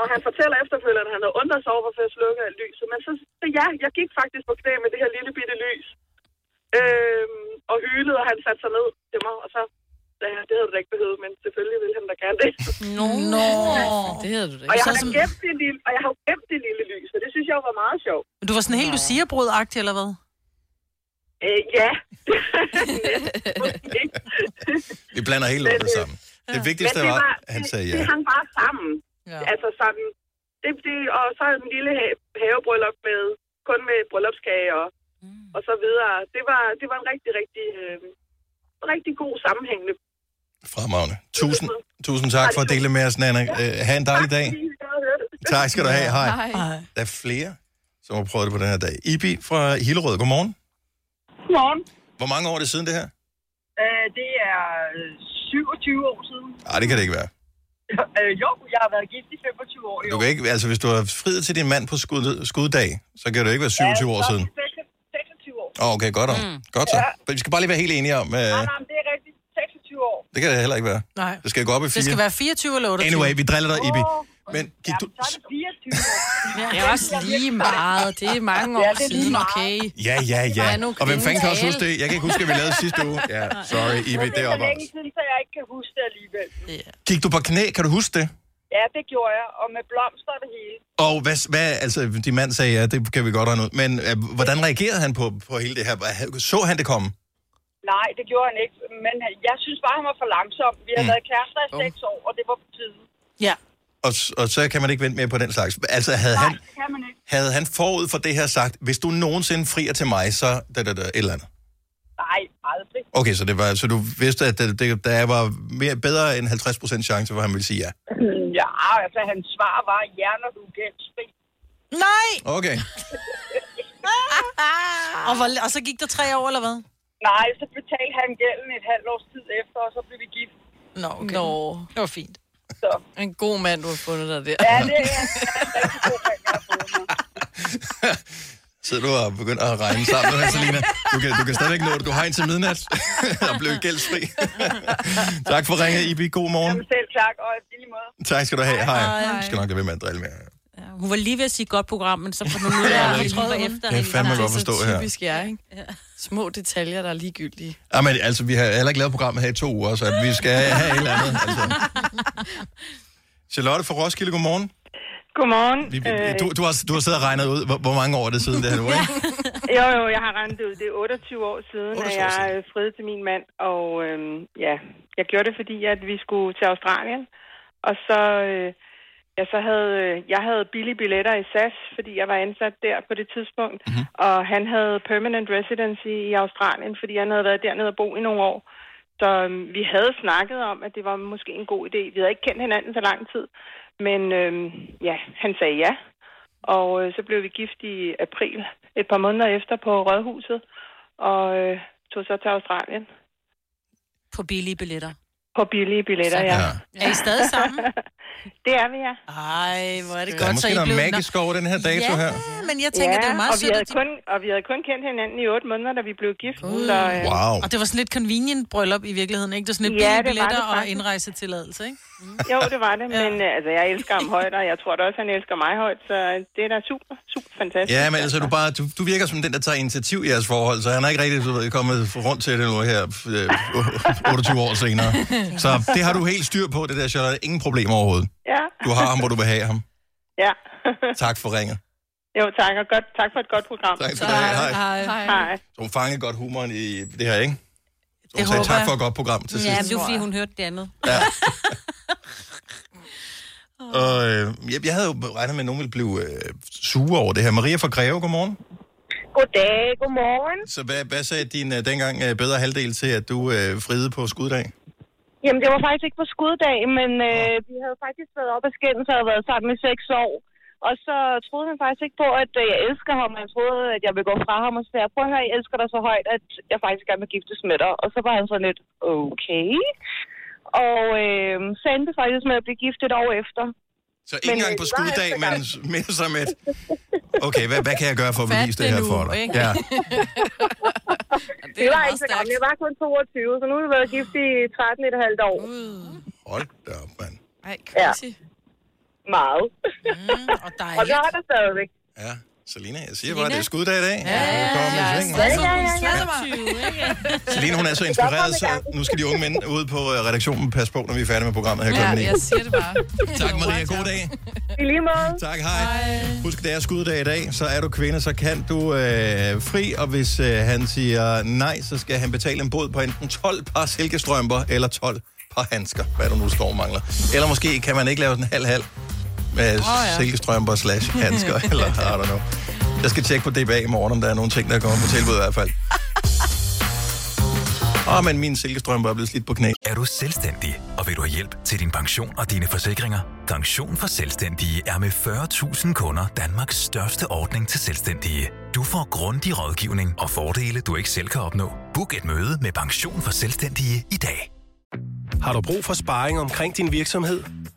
Speaker 11: Og han fortæller efterfølgende, at han havde undret sig over, hvorfor jeg slukker alt lyset. Men så, så ja, jeg gik faktisk på knæ med det her lille bitte lys. Øhm, og hylede, og han satte sig ned til mig, og så sagde han, det havde du da ikke behøvet, men selvfølgelig ville han da gerne det.
Speaker 3: Nå. Nå.
Speaker 4: Det havde du da
Speaker 11: Og jeg
Speaker 3: Så
Speaker 11: har da
Speaker 3: som-
Speaker 11: gemt det lille, og jeg har jo gemt det lille lys, og det synes jeg jo var meget sjovt.
Speaker 3: Men du var sådan helt Lucia-brød-agtig, eller hvad?
Speaker 11: Øh, ja.
Speaker 1: Vi blander helt
Speaker 11: Men,
Speaker 1: lortet
Speaker 11: øh,
Speaker 1: sammen. Det vigtigste
Speaker 11: Men det
Speaker 1: var, at han sagde
Speaker 11: Det
Speaker 1: ja.
Speaker 11: hang bare sammen. Ja. Altså sådan, det, det, og så en lille ha- havebryllup med, kun med bryllupskage og, mm. og så videre. Det var, det var en rigtig, rigtig, øh, rigtig god sammenhængende
Speaker 1: Fremragende. Tusind, tusind tak for at dele med os, Nana. Øh, ha' en dejlig dag. Tak skal du have. Hej.
Speaker 11: Hej.
Speaker 1: Der er flere, som har prøvet det på den her dag. Ibi fra Hillerød, godmorgen.
Speaker 11: Godmorgen.
Speaker 1: Hvor mange år er det siden det her?
Speaker 11: Øh, det er øh, 27 år siden.
Speaker 1: Nej, det kan det ikke være.
Speaker 11: Øh, jo, jeg har været gift i 25 år. Jo.
Speaker 1: Du kan ikke, altså, hvis du har friet til din mand på skud, skuddag, så kan det jo ikke være 27 år siden.
Speaker 11: Ja, så er det 26 år.
Speaker 1: Åh, Okay, godt om.
Speaker 11: Mm.
Speaker 1: Mm. Godt så. Men vi skal bare lige være helt enige om, øh,
Speaker 11: Nej, nej, men det er rigtigt. 26 år.
Speaker 1: det kan det heller ikke være.
Speaker 3: Nej.
Speaker 1: Det skal gå op i fire.
Speaker 3: Det skal være 24 eller 28.
Speaker 1: Anyway, vi driller dig, Ibi. Men gik du...
Speaker 11: Så er det 24 år.
Speaker 4: Det er også lige meget. Det er mange år
Speaker 11: Ja,
Speaker 4: ja,
Speaker 11: det er lige
Speaker 4: siden,
Speaker 11: meget.
Speaker 4: okay?
Speaker 1: Ja, ja,
Speaker 4: Hvad
Speaker 1: ja.
Speaker 4: er nu
Speaker 1: Og hvem fanden kan også
Speaker 4: kvindetale?
Speaker 1: huske det? Jeg kan ikke huske, hvad vi lavede sidste uge. Ja, sorry, Ibi, det
Speaker 11: Det
Speaker 1: er
Speaker 11: er så
Speaker 1: op
Speaker 11: længe siden, så jeg ikke kan huske det alligevel.
Speaker 1: Gik du på knæ? Kan du huske det?
Speaker 11: Ja, det gjorde jeg. Og med blomster og det hele.
Speaker 1: Og hvad, hvad, altså, din mand sagde, ja, det kan vi godt regne ud. Men øh, hvordan reagerede han på, på hele det her? Hvad- Så han det komme?
Speaker 11: Nej, det gjorde han ikke. Men han- jeg synes bare, han var for langsom. Vi har
Speaker 1: Mm.
Speaker 11: været kærester i 6 år, og det var på tide.
Speaker 3: Ja.
Speaker 1: Og, s- og så kan man ikke vente mere på den slags. Altså, havde
Speaker 11: Nej,
Speaker 1: han,
Speaker 11: det kan man ikke.
Speaker 1: havde han forud for det her sagt, hvis du nogensinde frier til mig, så da, da, da, et eller andet?
Speaker 11: Nej, aldrig.
Speaker 1: Okay, så, det var, så du vidste, at det, det, der var mere, bedre end 50% chance for, at han ville sige ja?
Speaker 11: Ja, altså hans svar var, ja, når du er gældsfri.
Speaker 3: Nej!
Speaker 1: Okay.
Speaker 4: Ah,
Speaker 3: Ah. Og, hvor, og så gik der tre år, eller hvad?
Speaker 11: Nej, så betalte han gælden et halvt års tid efter, og så blev vi gift.
Speaker 3: Nå, okay.
Speaker 4: Nå.
Speaker 3: Det var fint.
Speaker 11: Så.
Speaker 4: En god mand, du har fundet dig der.
Speaker 11: Ja, det er
Speaker 1: Så du har begyndt at regne sammen med Selina. Du kan, du kan stadigvæk nå det. Du har indtil midnat og blev gældsfri. tak for ringet, Ibi. God morgen.
Speaker 11: Jamen selv tak, og i lige måde.
Speaker 1: Tak skal du have. Hej.
Speaker 2: Hej.
Speaker 1: Hej. Du skal nok lade være med at drille mere.
Speaker 2: Hun var lige ved at sige godt program, men så kom hun ud af, og lige var efter
Speaker 1: kan fandme godt forstå
Speaker 4: Det er så
Speaker 1: her.
Speaker 4: typisk jer, ikke? Små detaljer, der er ligegyldige.
Speaker 1: Ja, men altså, vi har heller ikke lavet programmet her i to uger, så vi skal have et eller andet. Altså. Charlotte fra Roskilde, godmorgen.
Speaker 16: Godmorgen.
Speaker 1: Vi, du, du, har, du har siddet og regnet ud, hvor, hvor mange år er det siden det her nu, ikke?
Speaker 16: Jo, jo, jeg har regnet det ud. Det er 28 år siden, at jeg øh, friede til min mand. Og øhm, ja, jeg gjorde det, fordi at vi skulle til Australien. Og så, øh, ja, så havde, øh, jeg havde billige billetter i SAS, fordi jeg var ansat der på det tidspunkt.
Speaker 1: Mhm.
Speaker 16: Mm-hmm. Og han havde permanent residency i Australien, fordi han havde været dernede og bo i nogle år. Så øhm, vi havde snakket om, at det var måske en god idé. Vi havde ikke kendt hinanden så lang tid. Men øhm, ja, han sagde ja. Og øh, så blev vi gift i april, et par måneder efter på Rådhuset, og øh, tog så til Australien
Speaker 2: på billige billetter.
Speaker 16: på billige billetter, ja.
Speaker 1: Ja.
Speaker 3: Er I stadig sammen?
Speaker 16: det er vi, ja.
Speaker 3: Ej, hvor er det
Speaker 1: Der er
Speaker 3: godt, så I
Speaker 1: måske noget
Speaker 3: blev...
Speaker 1: magisk over den her dato
Speaker 16: Ja.
Speaker 1: her.
Speaker 3: Nå, Men jeg tænker, ja, det er jo meget
Speaker 16: og vi,
Speaker 3: sødt,
Speaker 16: havde
Speaker 3: at de...
Speaker 16: kun, og vi havde kun kendt hinanden i otte måneder, da vi blev gift. Så, øh,
Speaker 3: Og det var sådan lidt convenient bryllup i virkeligheden, ikke? Det var sådan lidt
Speaker 16: Ja,
Speaker 3: ja,
Speaker 16: det var
Speaker 3: billetter
Speaker 16: det
Speaker 3: og
Speaker 16: faktisk.
Speaker 3: indrejsetilladelse, ikke?
Speaker 16: Jo, det var det, men øh, altså, jeg elsker ham højt, og jeg tror da også, han elsker mig højt, så det er da super, super fantastisk.
Speaker 1: Ja, men altså, du, bare, du, du virker som den, der tager initiativ i jeres forhold, så han er ikke rigtig du ved, kommet rundt til det nu her øh, 28 år senere. Så det har du helt styr på, det der, Charlotte. Ingen problemer overhovedet.
Speaker 16: Ja.
Speaker 1: Du har ham, hvor du vil have ham.
Speaker 16: Ja.
Speaker 1: Tak for ringet.
Speaker 16: jo, tak, og godt, tak for et godt program.
Speaker 1: Tak skal du have. Hej.
Speaker 16: Hej. Hej.
Speaker 1: Så hun fangede godt humoren i det her, ikke? Så
Speaker 2: Det
Speaker 1: hun sagde
Speaker 2: håber
Speaker 1: tak
Speaker 2: jeg.
Speaker 1: for et godt program til
Speaker 2: Ja, men
Speaker 1: sidst.
Speaker 2: det var fordi, hun hørte det andet.
Speaker 1: Og, øh, jeg, jeg havde jo regnet med, at nogen ville blive øh, sure over det her. Maria fra Greve, godmorgen.
Speaker 14: Goddag, godmorgen.
Speaker 1: Så hvad, hvad sagde din øh, dengang øh, bedre halvdel til, at du øh, friede på skuddag?
Speaker 14: Jamen, det var faktisk ikke på skuddag, men øh, vi havde faktisk været op af skændes og havde været sammen i seks år. Og så troede han faktisk ikke på, at øh, jeg elsker ham, og han troede, at jeg ville gå fra ham og så sagde, jeg, prøv at høre, jeg elsker dig så højt, at jeg faktisk gerne vil giftes med dig. Og så var han sådan lidt, okay. Og øh, så endte det faktisk med at blive gift et år efter. øh,
Speaker 1: Så ikke engang på skuddag, men mere som et... Okay, hvad, hvad kan jeg gøre for at
Speaker 14: Fat
Speaker 1: bevise det
Speaker 14: det
Speaker 1: her
Speaker 14: nu,
Speaker 1: for dig?
Speaker 14: ikke?
Speaker 1: Ja.
Speaker 14: Det, var ikke så gammel. Jeg var kun 22, så nu har vi været gift i 13 et halvt år.
Speaker 1: Hold da op, mand.
Speaker 14: Ej, crazy. Ja. Meget. Mm, og dejligt. og så er der stadigvæk.
Speaker 1: Ja, Selina, jeg siger bare, at det er skuddag i dag. Ja,
Speaker 14: Ja,
Speaker 1: ja,
Speaker 14: ja, ja, ja, ja.
Speaker 1: Selina, hun er så inspireret, så nu skal de unge mænd ude på øh, redaktionen passe på, når vi er færdige med programmet her klokken 9.
Speaker 14: siger det bare.
Speaker 1: Tak Maria, god dag.
Speaker 14: I lige måde.
Speaker 1: Tak, hej. Husk, det er skuddag i dag, så er du kvinde, så kan du øh, fri, og hvis øh, han siger nej, så skal han betale en bod på enten 12 par silkestrømper eller 12 par handsker, hvad du nu står og mangler. Eller måske kan man ikke lave sådan halv-halv med oh,
Speaker 17: ja.
Speaker 1: ja. silkestrømper slash handsker, eller I don't know. Jeg skal tjekke på DBA i morgen, om der er nogle ting, der kommer på tilbud i hvert fald. Åh, men min silkestrømpe er blevet slidt på knæ.
Speaker 13: Er du selvstændig, og vil du have hjælp til din pension og dine forsikringer? Pension for Selvstændige er med 40.000 kunder Danmarks største ordning til selvstændige. Du får grundig rådgivning og fordele, du ikke selv kan opnå. Book et møde med Pension for Selvstændige i dag.
Speaker 17: Har du brug for sparring omkring din virksomhed?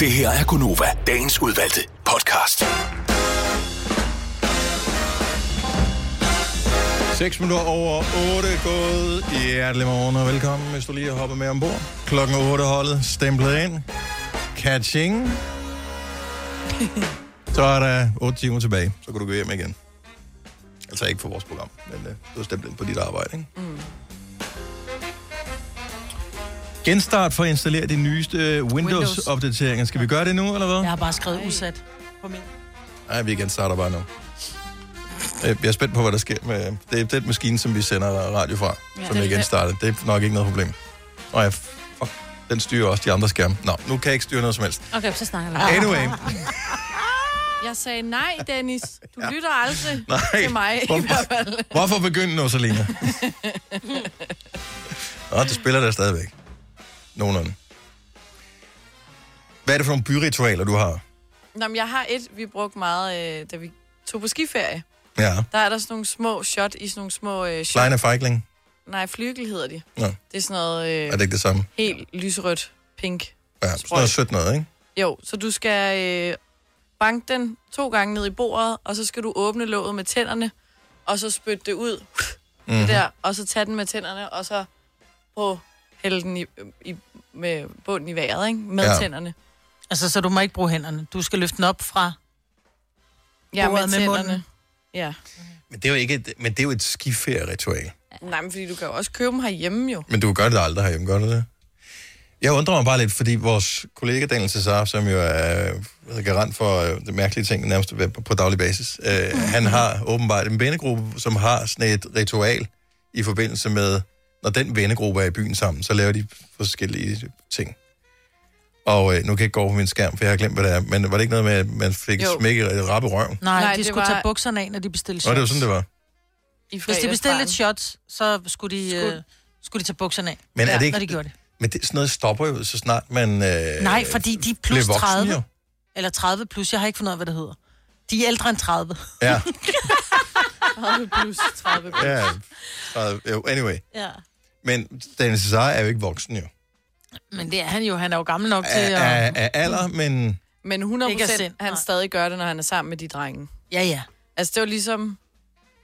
Speaker 13: Det her er Gunova, dagens udvalgte podcast.
Speaker 1: 6 minutter over 8 gået. Hjertelig morgen og velkommen, hvis du lige har hoppet med ombord. Klokken 8 holdet stemplet ind. Catching. Så er der 8 timer tilbage, så kan du gå hjem igen. Altså ikke for vores program, men øh, du har stemt ind på dit arbejde, ikke?
Speaker 4: Mm.
Speaker 1: Genstart for at installere de nyeste øh, Windows-opdateringer. Skal vi gøre det nu, eller hvad?
Speaker 3: Jeg har bare skrevet udsat på min.
Speaker 1: Nej, vi genstarter bare nu. Øh, Jeg er spændt på, hvad der sker med... Det er den maskine, som vi sender radio fra,
Speaker 3: Ja.
Speaker 1: ja, som jeg genstarter. Det er nok ikke noget problem. Og jeg... Fuck, den styrer også de andre skærme. Nå, nu kan jeg ikke styre noget som helst.
Speaker 2: Okay, så snakker vi.
Speaker 1: Ah. Anyway.
Speaker 4: Jeg sagde nej, Dennis. Du ja. lytter aldrig
Speaker 1: Nej.
Speaker 4: til mig i
Speaker 1: Hvorfor-
Speaker 4: hvert fald.
Speaker 1: Hvorfor begynde nu, Selina? Nå, det spiller der stadigvæk. Nogenlunde. Hvad er det for nogle byritualer, du har?
Speaker 4: Nå, men jeg har et, vi brugte meget, øh, da vi tog på skiferie.
Speaker 1: Ja.
Speaker 4: Der er der sådan nogle små shot i sådan nogle små... Øh, shot.
Speaker 1: Line af fejkling?
Speaker 4: Nej, flygel hedder de.
Speaker 1: Nå,
Speaker 4: Det er sådan noget... Øh,
Speaker 1: er det ikke det samme?
Speaker 4: Helt lyserødt pink.
Speaker 1: Ja, sådan noget sødt noget, ikke?
Speaker 4: Jo, så du skal øh, banke den to gange ned i bordet, og så skal du åbne låget med tænderne, og så spytte det ud mm-hmm.
Speaker 1: Mhm.
Speaker 4: det der, og så tage den med tænderne, og så på hælde den i, i, med bunden i vejret, ikke? Med
Speaker 3: Ja.
Speaker 4: ja. tænderne.
Speaker 3: Altså, så du må ikke bruge hænderne. Du skal løfte den op fra
Speaker 4: Ja, med
Speaker 3: bordet med,
Speaker 4: tænderne.
Speaker 3: munden.
Speaker 4: Ja.
Speaker 1: Men det er jo, ikke et, men det er jo et skiferieritual.
Speaker 4: Nej, men fordi du kan jo også købe dem herhjemme jo.
Speaker 1: Men du gør det aldrig herhjemme, gør du det? Jeg undrer mig bare lidt, fordi vores kollega Daniel Cesar, som jo er hvad hedder, garant for øh, det mærkelige ting nærmest ved- på daglig basis, øh, han har åbenbart en vennegruppe, som har sådan et ritual i forbindelse med, når den vennegruppe er i byen sammen, så laver de forskellige ting. Og øh, nu kan jeg ikke gå over på min skærm, for jeg har glemt, hvad det er, men var det ikke noget med, at man fik
Speaker 3: Jo.
Speaker 1: smækket et rappe røven?
Speaker 3: Nej,
Speaker 4: Nej,
Speaker 3: Nej, de
Speaker 4: det
Speaker 3: skulle var...
Speaker 4: var-
Speaker 3: tage bukserne af, når de bestilte shots.
Speaker 1: Nå, det var sådan, det var.
Speaker 4: I
Speaker 3: Hvis de bestilte
Speaker 4: fredagsbaren.
Speaker 3: et shot, så skulle de, skulle... Øh,
Speaker 4: Skulle-
Speaker 3: skulle de tage bukserne af,
Speaker 1: Men er det ikke-
Speaker 3: når de gjorde det.
Speaker 1: Men det, sådan noget stopper jo, så snart man... Øh,
Speaker 3: Nej, fordi de er
Speaker 1: bliver
Speaker 3: plus
Speaker 1: voksen,
Speaker 3: 30.
Speaker 1: jo.
Speaker 3: Eller 30 plus, jeg har ikke fundet ud af, hvad det hedder. De er ældre end 30.
Speaker 1: Ja,
Speaker 4: 30 plus, 30 plus.
Speaker 1: ja. 30, jo, anyway.
Speaker 3: ja.
Speaker 1: Men Daniel Cesar er jo ikke voksen, jo.
Speaker 3: Men det er han jo, han er jo gammel nok til
Speaker 1: Af,
Speaker 3: at...
Speaker 1: af, af alder, men...
Speaker 4: Men
Speaker 3: Ikke af
Speaker 4: 100%
Speaker 3: sind,
Speaker 4: han stadig gør det, når han er sammen med de drenge.
Speaker 3: Ja, ja.
Speaker 4: Altså, det var ligesom,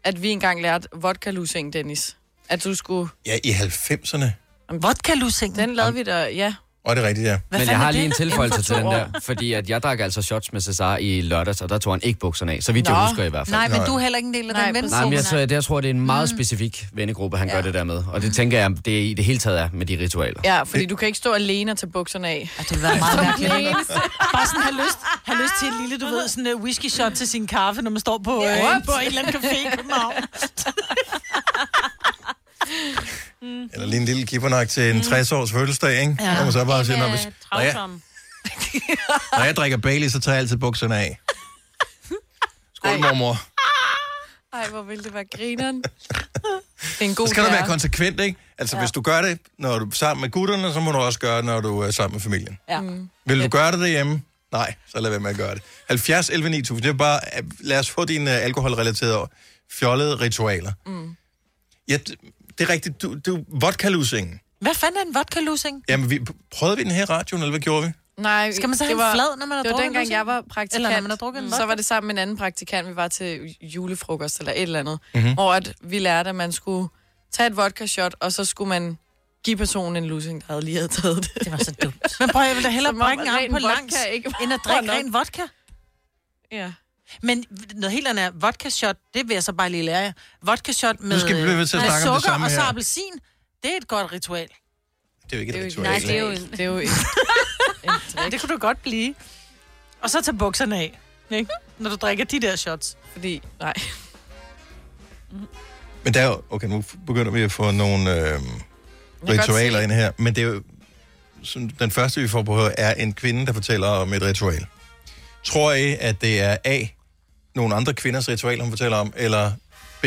Speaker 4: at vi engang lærte vodka-lusing, Dennis. At du skulle...
Speaker 1: Ja, i 90'erne.
Speaker 3: Vodka-lusing?
Speaker 4: Den lavede vi da, ja.
Speaker 1: Og det er rigtigt, ja.
Speaker 9: Men jeg har lige en
Speaker 4: Inden
Speaker 9: tilføjelse
Speaker 4: for
Speaker 9: til
Speaker 4: to
Speaker 9: den der,
Speaker 4: år.
Speaker 9: fordi at jeg drak altså shots med Cesar i lørdags, og der tog han ikke bukserne af, så vidt jeg husker i hvert fald.
Speaker 3: Nej, men du er heller ikke en del af
Speaker 4: Nej,
Speaker 3: den
Speaker 4: præcis.
Speaker 9: Nej,
Speaker 3: vennegruppe.
Speaker 9: men jeg tror, det- jeg tror, det er en
Speaker 4: Mm.
Speaker 9: meget specifik vennegruppe, han ja. gør det der med. Og det tænker jeg, det er i det hele taget er med de ritualer.
Speaker 4: Ja, fordi du kan ikke stå alene og tage bukserne af.
Speaker 3: Ja, det ville være meget mærkeligt. Bare sådan have lyst, have lyst til et lille, du ved, sådan en whisky shot til sin kaffe, når man står på, øh,
Speaker 4: Ja.
Speaker 3: på en eller anden café i København.
Speaker 1: Eller lige en lille kippernak til en 60-års fødselsdag, ikke? Mm. Ja. Når man så bare siger, når, hvis, når, jeg, når jeg drikker Bailey, så tager jeg altid bukserne af. Skål, mormor.
Speaker 4: Ej, hvor ville det være grineren. Det er en god
Speaker 1: Så skal du
Speaker 4: lærer.
Speaker 1: være konsekvent, ikke? Altså, ja. hvis du gør det, når du er sammen med gutterne, så må du også gøre det, når du er sammen med familien.
Speaker 4: Ja. Mm.
Speaker 1: Vil du gøre det derhjemme? Nej, så lad være med at gøre det. 70 11 9000, det er bare, øh, lad os få dine øh, alkoholrelaterede fjollede ritualer.
Speaker 3: Mm.
Speaker 1: Ja, det, det er rigtigt, du, du vodka-lusingen.
Speaker 3: Hvad fanden er en vodka-lusing?
Speaker 1: Jamen, vi, prøvede vi den her i radioen, eller hvad gjorde vi?
Speaker 4: Nej,
Speaker 3: Skal man så
Speaker 4: det
Speaker 3: have en
Speaker 4: var-
Speaker 3: flad, når man har
Speaker 4: Det var
Speaker 3: drukket en
Speaker 4: dengang,
Speaker 3: vodka?
Speaker 4: jeg var praktikant. Mm.
Speaker 3: Eller når man har drukket en
Speaker 4: Så
Speaker 3: vodka?
Speaker 4: var det sammen med en anden praktikant, vi var til julefrokost eller et eller andet,
Speaker 8: Mhm.
Speaker 4: mm-hmm. hvor at vi lærte, at man skulle tage et vodka-shot, og så skulle man give personen en lussing, der havde lige havde taget det.
Speaker 2: Det var så dumt.
Speaker 3: Men prøv, jeg vil da hellere
Speaker 4: Som om,
Speaker 3: brække en
Speaker 4: at
Speaker 3: arm
Speaker 4: ren
Speaker 3: på
Speaker 4: vodka
Speaker 3: langs,
Speaker 4: ikke
Speaker 3: end at
Speaker 4: var
Speaker 3: drikke
Speaker 4: nok.
Speaker 3: ren vodka.
Speaker 4: Ja.
Speaker 3: Men noget helt andet er, vodka shot, det vil jeg så bare lige lære jer. Vodka shot med,
Speaker 1: Nu skal vi blive ved til at
Speaker 3: med
Speaker 1: snakke om
Speaker 3: sukker
Speaker 1: det samme
Speaker 3: og så
Speaker 1: her.
Speaker 3: appelsin, det er et godt ritual.
Speaker 1: Det er jo ikke et ritual.
Speaker 4: det er jo ikke.
Speaker 3: Men det kunne du godt blive. Og så tage bukserne af, ikke? når du drikker de der shots.
Speaker 4: Fordi, nej.
Speaker 1: Men der er jo, okay, nu begynder vi at få nogle øh,
Speaker 4: godt
Speaker 1: ritualer
Speaker 4: se.
Speaker 1: ind her, men det er jo, som den første vi får på her, er en kvinde, der fortæller om et ritual. Tror I, at det er A, nogle andre kvinders ritual, hun fortæller om, eller B,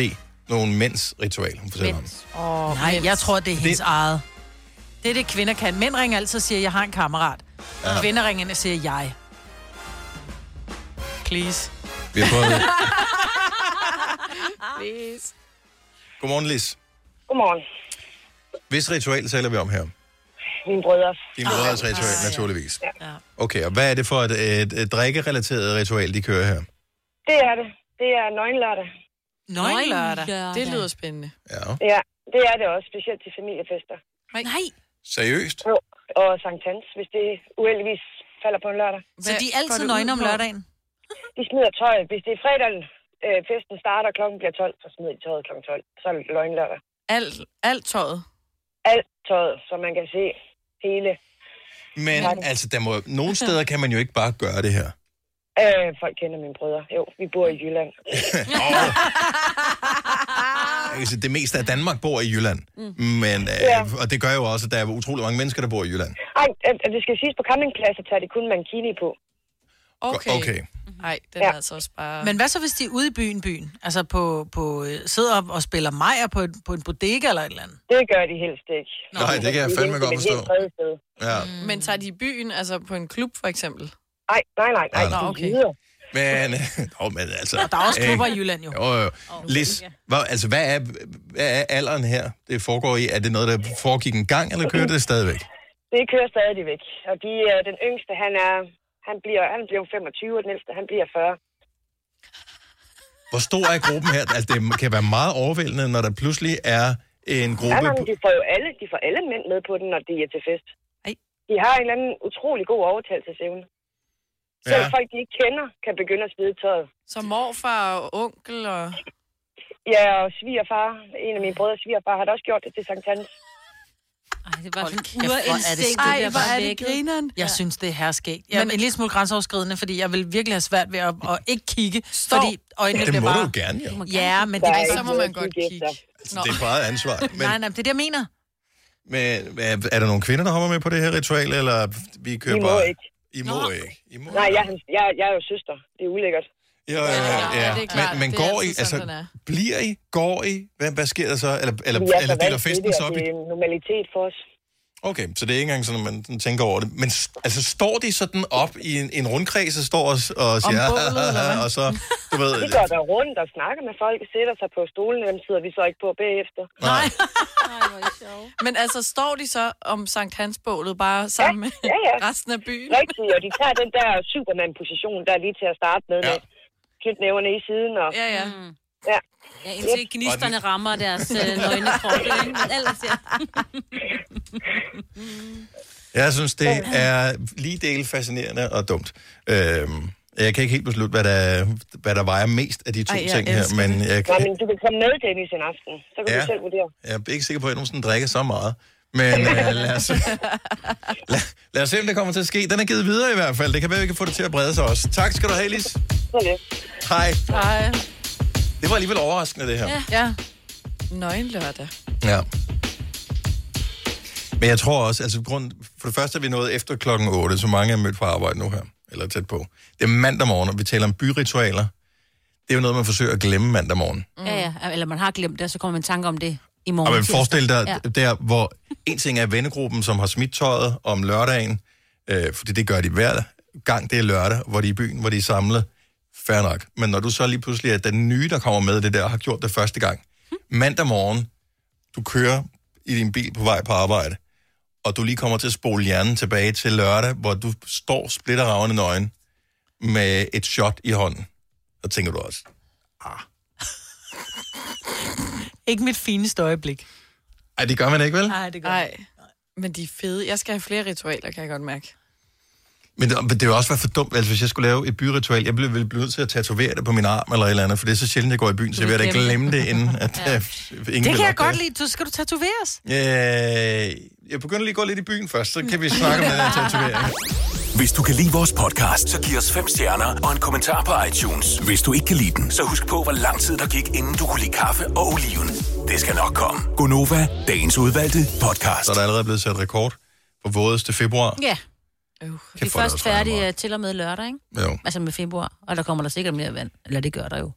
Speaker 1: nogle mænds ritual, hun fortæller om?
Speaker 3: Oh, Nej, jeg tror, det er hendes det... eget. Det er det, kvinder kan. Mænd ringer altid og siger, jeg har en kammerat.
Speaker 1: Ja.
Speaker 3: Ja. Kvinder ringer ind og siger, jeg. Please.
Speaker 1: Vi har fået...
Speaker 4: Please.
Speaker 1: Godmorgen, Lis.
Speaker 18: Godmorgen.
Speaker 1: Hvis ritual taler vi om her?
Speaker 18: Mine brødre.
Speaker 1: Din brødres ritual,
Speaker 18: Ah, ja.
Speaker 1: naturligvis.
Speaker 18: Ja.
Speaker 1: Okay, og hvad er det for et, et, et drikkerelateret ritual, de kører her?
Speaker 18: Det er det. Det er nøgenlørdag.
Speaker 3: Nøgenlørdag.
Speaker 4: Det lyder spændende.
Speaker 18: Ja, det er det også, specielt til familiefester.
Speaker 4: Nej.
Speaker 18: Nej.
Speaker 1: Seriøst?
Speaker 18: Jo, og Sankt Hans, hvis det uheldigvis falder på en lørdag.
Speaker 3: Så de er altid nøgne om lørdagen?
Speaker 18: De smider tøjet. Hvis det er fredagen, øh, festen starter, og klokken bliver 12, så smider de tøjet klokken 12. Så er det løgnlørdag.
Speaker 4: Alt, alt tøjet?
Speaker 18: Alt tøjet, så man kan se hele.
Speaker 1: Men
Speaker 18: Nej.
Speaker 1: altså, der må, nogle steder kan man jo ikke bare gøre det her.
Speaker 18: Øh, folk kender mine brødre. Jo, vi bor i Jylland.
Speaker 1: Altså, det meste af Danmark bor i Jylland. Mm. Men, øh,
Speaker 18: Ja.
Speaker 1: Og det gør jo også, at der er utrolig mange mennesker, der bor i Jylland.
Speaker 18: Ej, øh, øh, det skal siges, på campingpladser tager de kun mankini på.
Speaker 4: Okay.
Speaker 1: okay.
Speaker 4: Nej, den ja. er altså også bare...
Speaker 3: Men hvad så, hvis de er ude i byen, byen? Altså på, på øh, sidder op og spiller Majer på, et, på en bodega eller et eller andet?
Speaker 18: Det gør de helst ikke. ligesom
Speaker 1: Nej, det kan jeg fandme godt forstå. Ja.
Speaker 18: Mm.
Speaker 4: Mm. Men tager de i byen, altså på en klub for eksempel?
Speaker 18: Nej, nej, nej.
Speaker 1: Ah, nej,
Speaker 4: Nå,
Speaker 1: det er
Speaker 4: okay.
Speaker 1: Men, åh, men altså...
Speaker 4: Og der er også klubber
Speaker 1: øh,
Speaker 4: i Jylland, jo.
Speaker 1: Jo, jo. Lis, hvad, altså, hvad er, hvad er alderen her, det foregår i? Er det noget, der foregik en gang, eller kører det stadigvæk?
Speaker 18: Det kører stadigvæk. Og de, øh, den yngste, han er, han bliver, han bliver 25, og den ældste, han bliver 40.
Speaker 1: Hvor stor er gruppen her? Altså, det kan være meget overvældende, når der pludselig er en
Speaker 18: Ja,
Speaker 1: gruppe...
Speaker 18: nej, men de får jo alle, de får alle mænd med på den, når de er til fest. Ej. De har en eller anden utrolig god overtagelsesevne. Ja. Selv folk, de ikke kender, kan begynde at smide tøjet.
Speaker 4: Så morfar og onkel og...
Speaker 18: Ja, og svigerfar, en af mine brødres svigerfar, har da også gjort det til Sankt Hans.
Speaker 2: Ej, det var sådan
Speaker 3: Kæft, hvor er det skægt.
Speaker 2: Ej, hvor er det grineren.
Speaker 3: Jeg synes, det er herskægt. Ja, men en lille smule grænseoverskridende, fordi jeg vil virkelig have svært ved at, at ikke kigge, fordi øjnene
Speaker 1: Det
Speaker 3: bliver
Speaker 1: må
Speaker 3: bare...
Speaker 1: du gerne,
Speaker 18: Oh
Speaker 1: jo. Du må
Speaker 3: Ja, men det
Speaker 18: Der
Speaker 3: er
Speaker 18: er
Speaker 3: det,
Speaker 18: ikke noget at kigge
Speaker 1: Altså, det er bare ansvar. Men,
Speaker 3: Nej, nej, men det er det, jeg mener.
Speaker 1: men er- er der nogle kvinder, der hopper med på det her ritual, eller vi kører
Speaker 18: I må
Speaker 1: bare...
Speaker 18: ikke.
Speaker 1: I må ikke. I må
Speaker 18: Nej, jeg, er hans- jeg, jeg er jo søster. Det er ulækkert.
Speaker 1: Ja, ja, ja.
Speaker 18: ja,
Speaker 1: ja.
Speaker 18: det er klart.
Speaker 1: Men, men
Speaker 18: Det er
Speaker 1: går I,
Speaker 18: altid
Speaker 1: altså,
Speaker 18: sådan, den er.
Speaker 1: bliver I, går I, hvad, hvad sker der så? Eller, eller,
Speaker 18: Vi er så
Speaker 1: eller deler
Speaker 18: vant til
Speaker 1: festen
Speaker 18: det,
Speaker 1: så
Speaker 18: og
Speaker 1: op i?
Speaker 18: Det er en normalitet for os.
Speaker 1: Okay, så det er ikke engang sådan, at man sådan tænker over det. Men s- altså, står de sådan op i en, en rundkreds og står og, s- og
Speaker 18: Om
Speaker 1: siger,
Speaker 18: bålet, eller hvad?
Speaker 1: og så, du ved...
Speaker 18: Vi går der rundt og snakker med folk, sætter sig på stolen, dem sidder vi så ikke på bagefter.
Speaker 1: Nej.
Speaker 4: Men altså, står de så om Sankt Hans-bålet bare sammen med
Speaker 18: Ja, ja.
Speaker 4: resten af byen?
Speaker 18: Rigtigt, og de tager den der Superman-position, der er lige til at starte med. Ja. Knyt næverne i siden. Og...
Speaker 4: Ja, ja.
Speaker 2: Mm.
Speaker 18: Ja.
Speaker 2: Ja, indtil gnisterne rammer deres øh, nøgne kroppe, ikke? Men ellers, ja.
Speaker 1: Jeg synes, det er lige del fascinerende og dumt. Øhm, jeg kan ikke helt beslutte, hvad der, hvad der vejer mest af de to
Speaker 18: Ej, jeg
Speaker 1: ting her,
Speaker 18: elsker
Speaker 1: men
Speaker 18: det.
Speaker 1: jeg,
Speaker 18: Nå,
Speaker 1: kan,
Speaker 18: men du kan komme med, Dennis, en aften. Så kan ja. du
Speaker 1: Ja.
Speaker 18: selv vurdere.
Speaker 1: jeg er ikke sikker på, at jeg nogensinde drikker så meget. Men øh, lad, os, lad, lad os se, om det kommer til at ske. Den er givet videre i hvert fald. Det kan være, vi kan få det til at brede sig også. Tak skal du have, Lis.
Speaker 18: Så lidt.
Speaker 1: Hej.
Speaker 4: Nej.
Speaker 1: Det var alligevel overraskende, det her. Ja.
Speaker 4: ja. Nøgenlørdag.
Speaker 1: ja. Men jeg tror også, altså grund, for det første er vi nået efter klokken 8, så mange er mødt på arbejde nu her, eller tæt på. Det er mandag morgen, og vi taler om byritualer. Det er jo noget, man forsøger at glemme mandag morgen.
Speaker 2: ja, ja. Eller man har glemt det, og så kommer man i tanke om det i morgen.
Speaker 1: Og man
Speaker 2: tirsdag.
Speaker 1: forestil dig
Speaker 2: Ja.
Speaker 1: ja. der, hvor en ting er vennegruppen, som har smidt tøjet om lørdagen, øh, fordi det gør de hver gang, det er lørdag, hvor de er i byen, hvor de er samlet. Fair nok. Men når du så lige pludselig er den nye, der kommer med det der, og har gjort det første gang. Mandag morgen, du kører i din bil på vej på arbejde, og du lige kommer til at spole hjernen tilbage til lørdag, hvor du står splitterravende nøgen med et shot i hånden, så tænker du også,
Speaker 3: Ikke mit fineste øjeblik.
Speaker 1: ej, det gør man ikke, vel?
Speaker 3: Nej, det gør
Speaker 4: Nej. Men de er fede. Jeg skal have flere ritualer, kan jeg godt mærke.
Speaker 1: Men det, men det ville også være for dumt, altså, hvis jeg skulle lave et byritual. Jeg ville, ville blive nødt til at tatovere det på min arm eller et eller andet, for det er så sjældent, jeg går i byen, så jeg vil da glemme det, inden at ja. ingen vil
Speaker 3: det kan jeg
Speaker 1: opdage
Speaker 3: godt lide. Du skal du tatoveres.
Speaker 1: Øh, jeg begynder lige at gå lidt i byen først, så kan vi snakke om den her tatovering.
Speaker 13: Hvis du kan lide vores podcast, så giv os fem stjerner og en kommentar på iTunes. Hvis du ikke kan lide den, så husk på, hvor lang tid der gik, inden du kunne lide kaffe og oliven. Det skal nok komme.
Speaker 1: Gonova, dagens udvalgte podcast. Så er der allerede blevet sat rekord på vådeste februar.
Speaker 2: Ja. Vi er
Speaker 1: hvor er der
Speaker 2: først
Speaker 1: også varmt
Speaker 2: færdige øh, til og med lørdag, ikke?
Speaker 1: Jo.
Speaker 2: Altså med februar. Og der kommer der sikkert mere vand. Eller det gør der jo.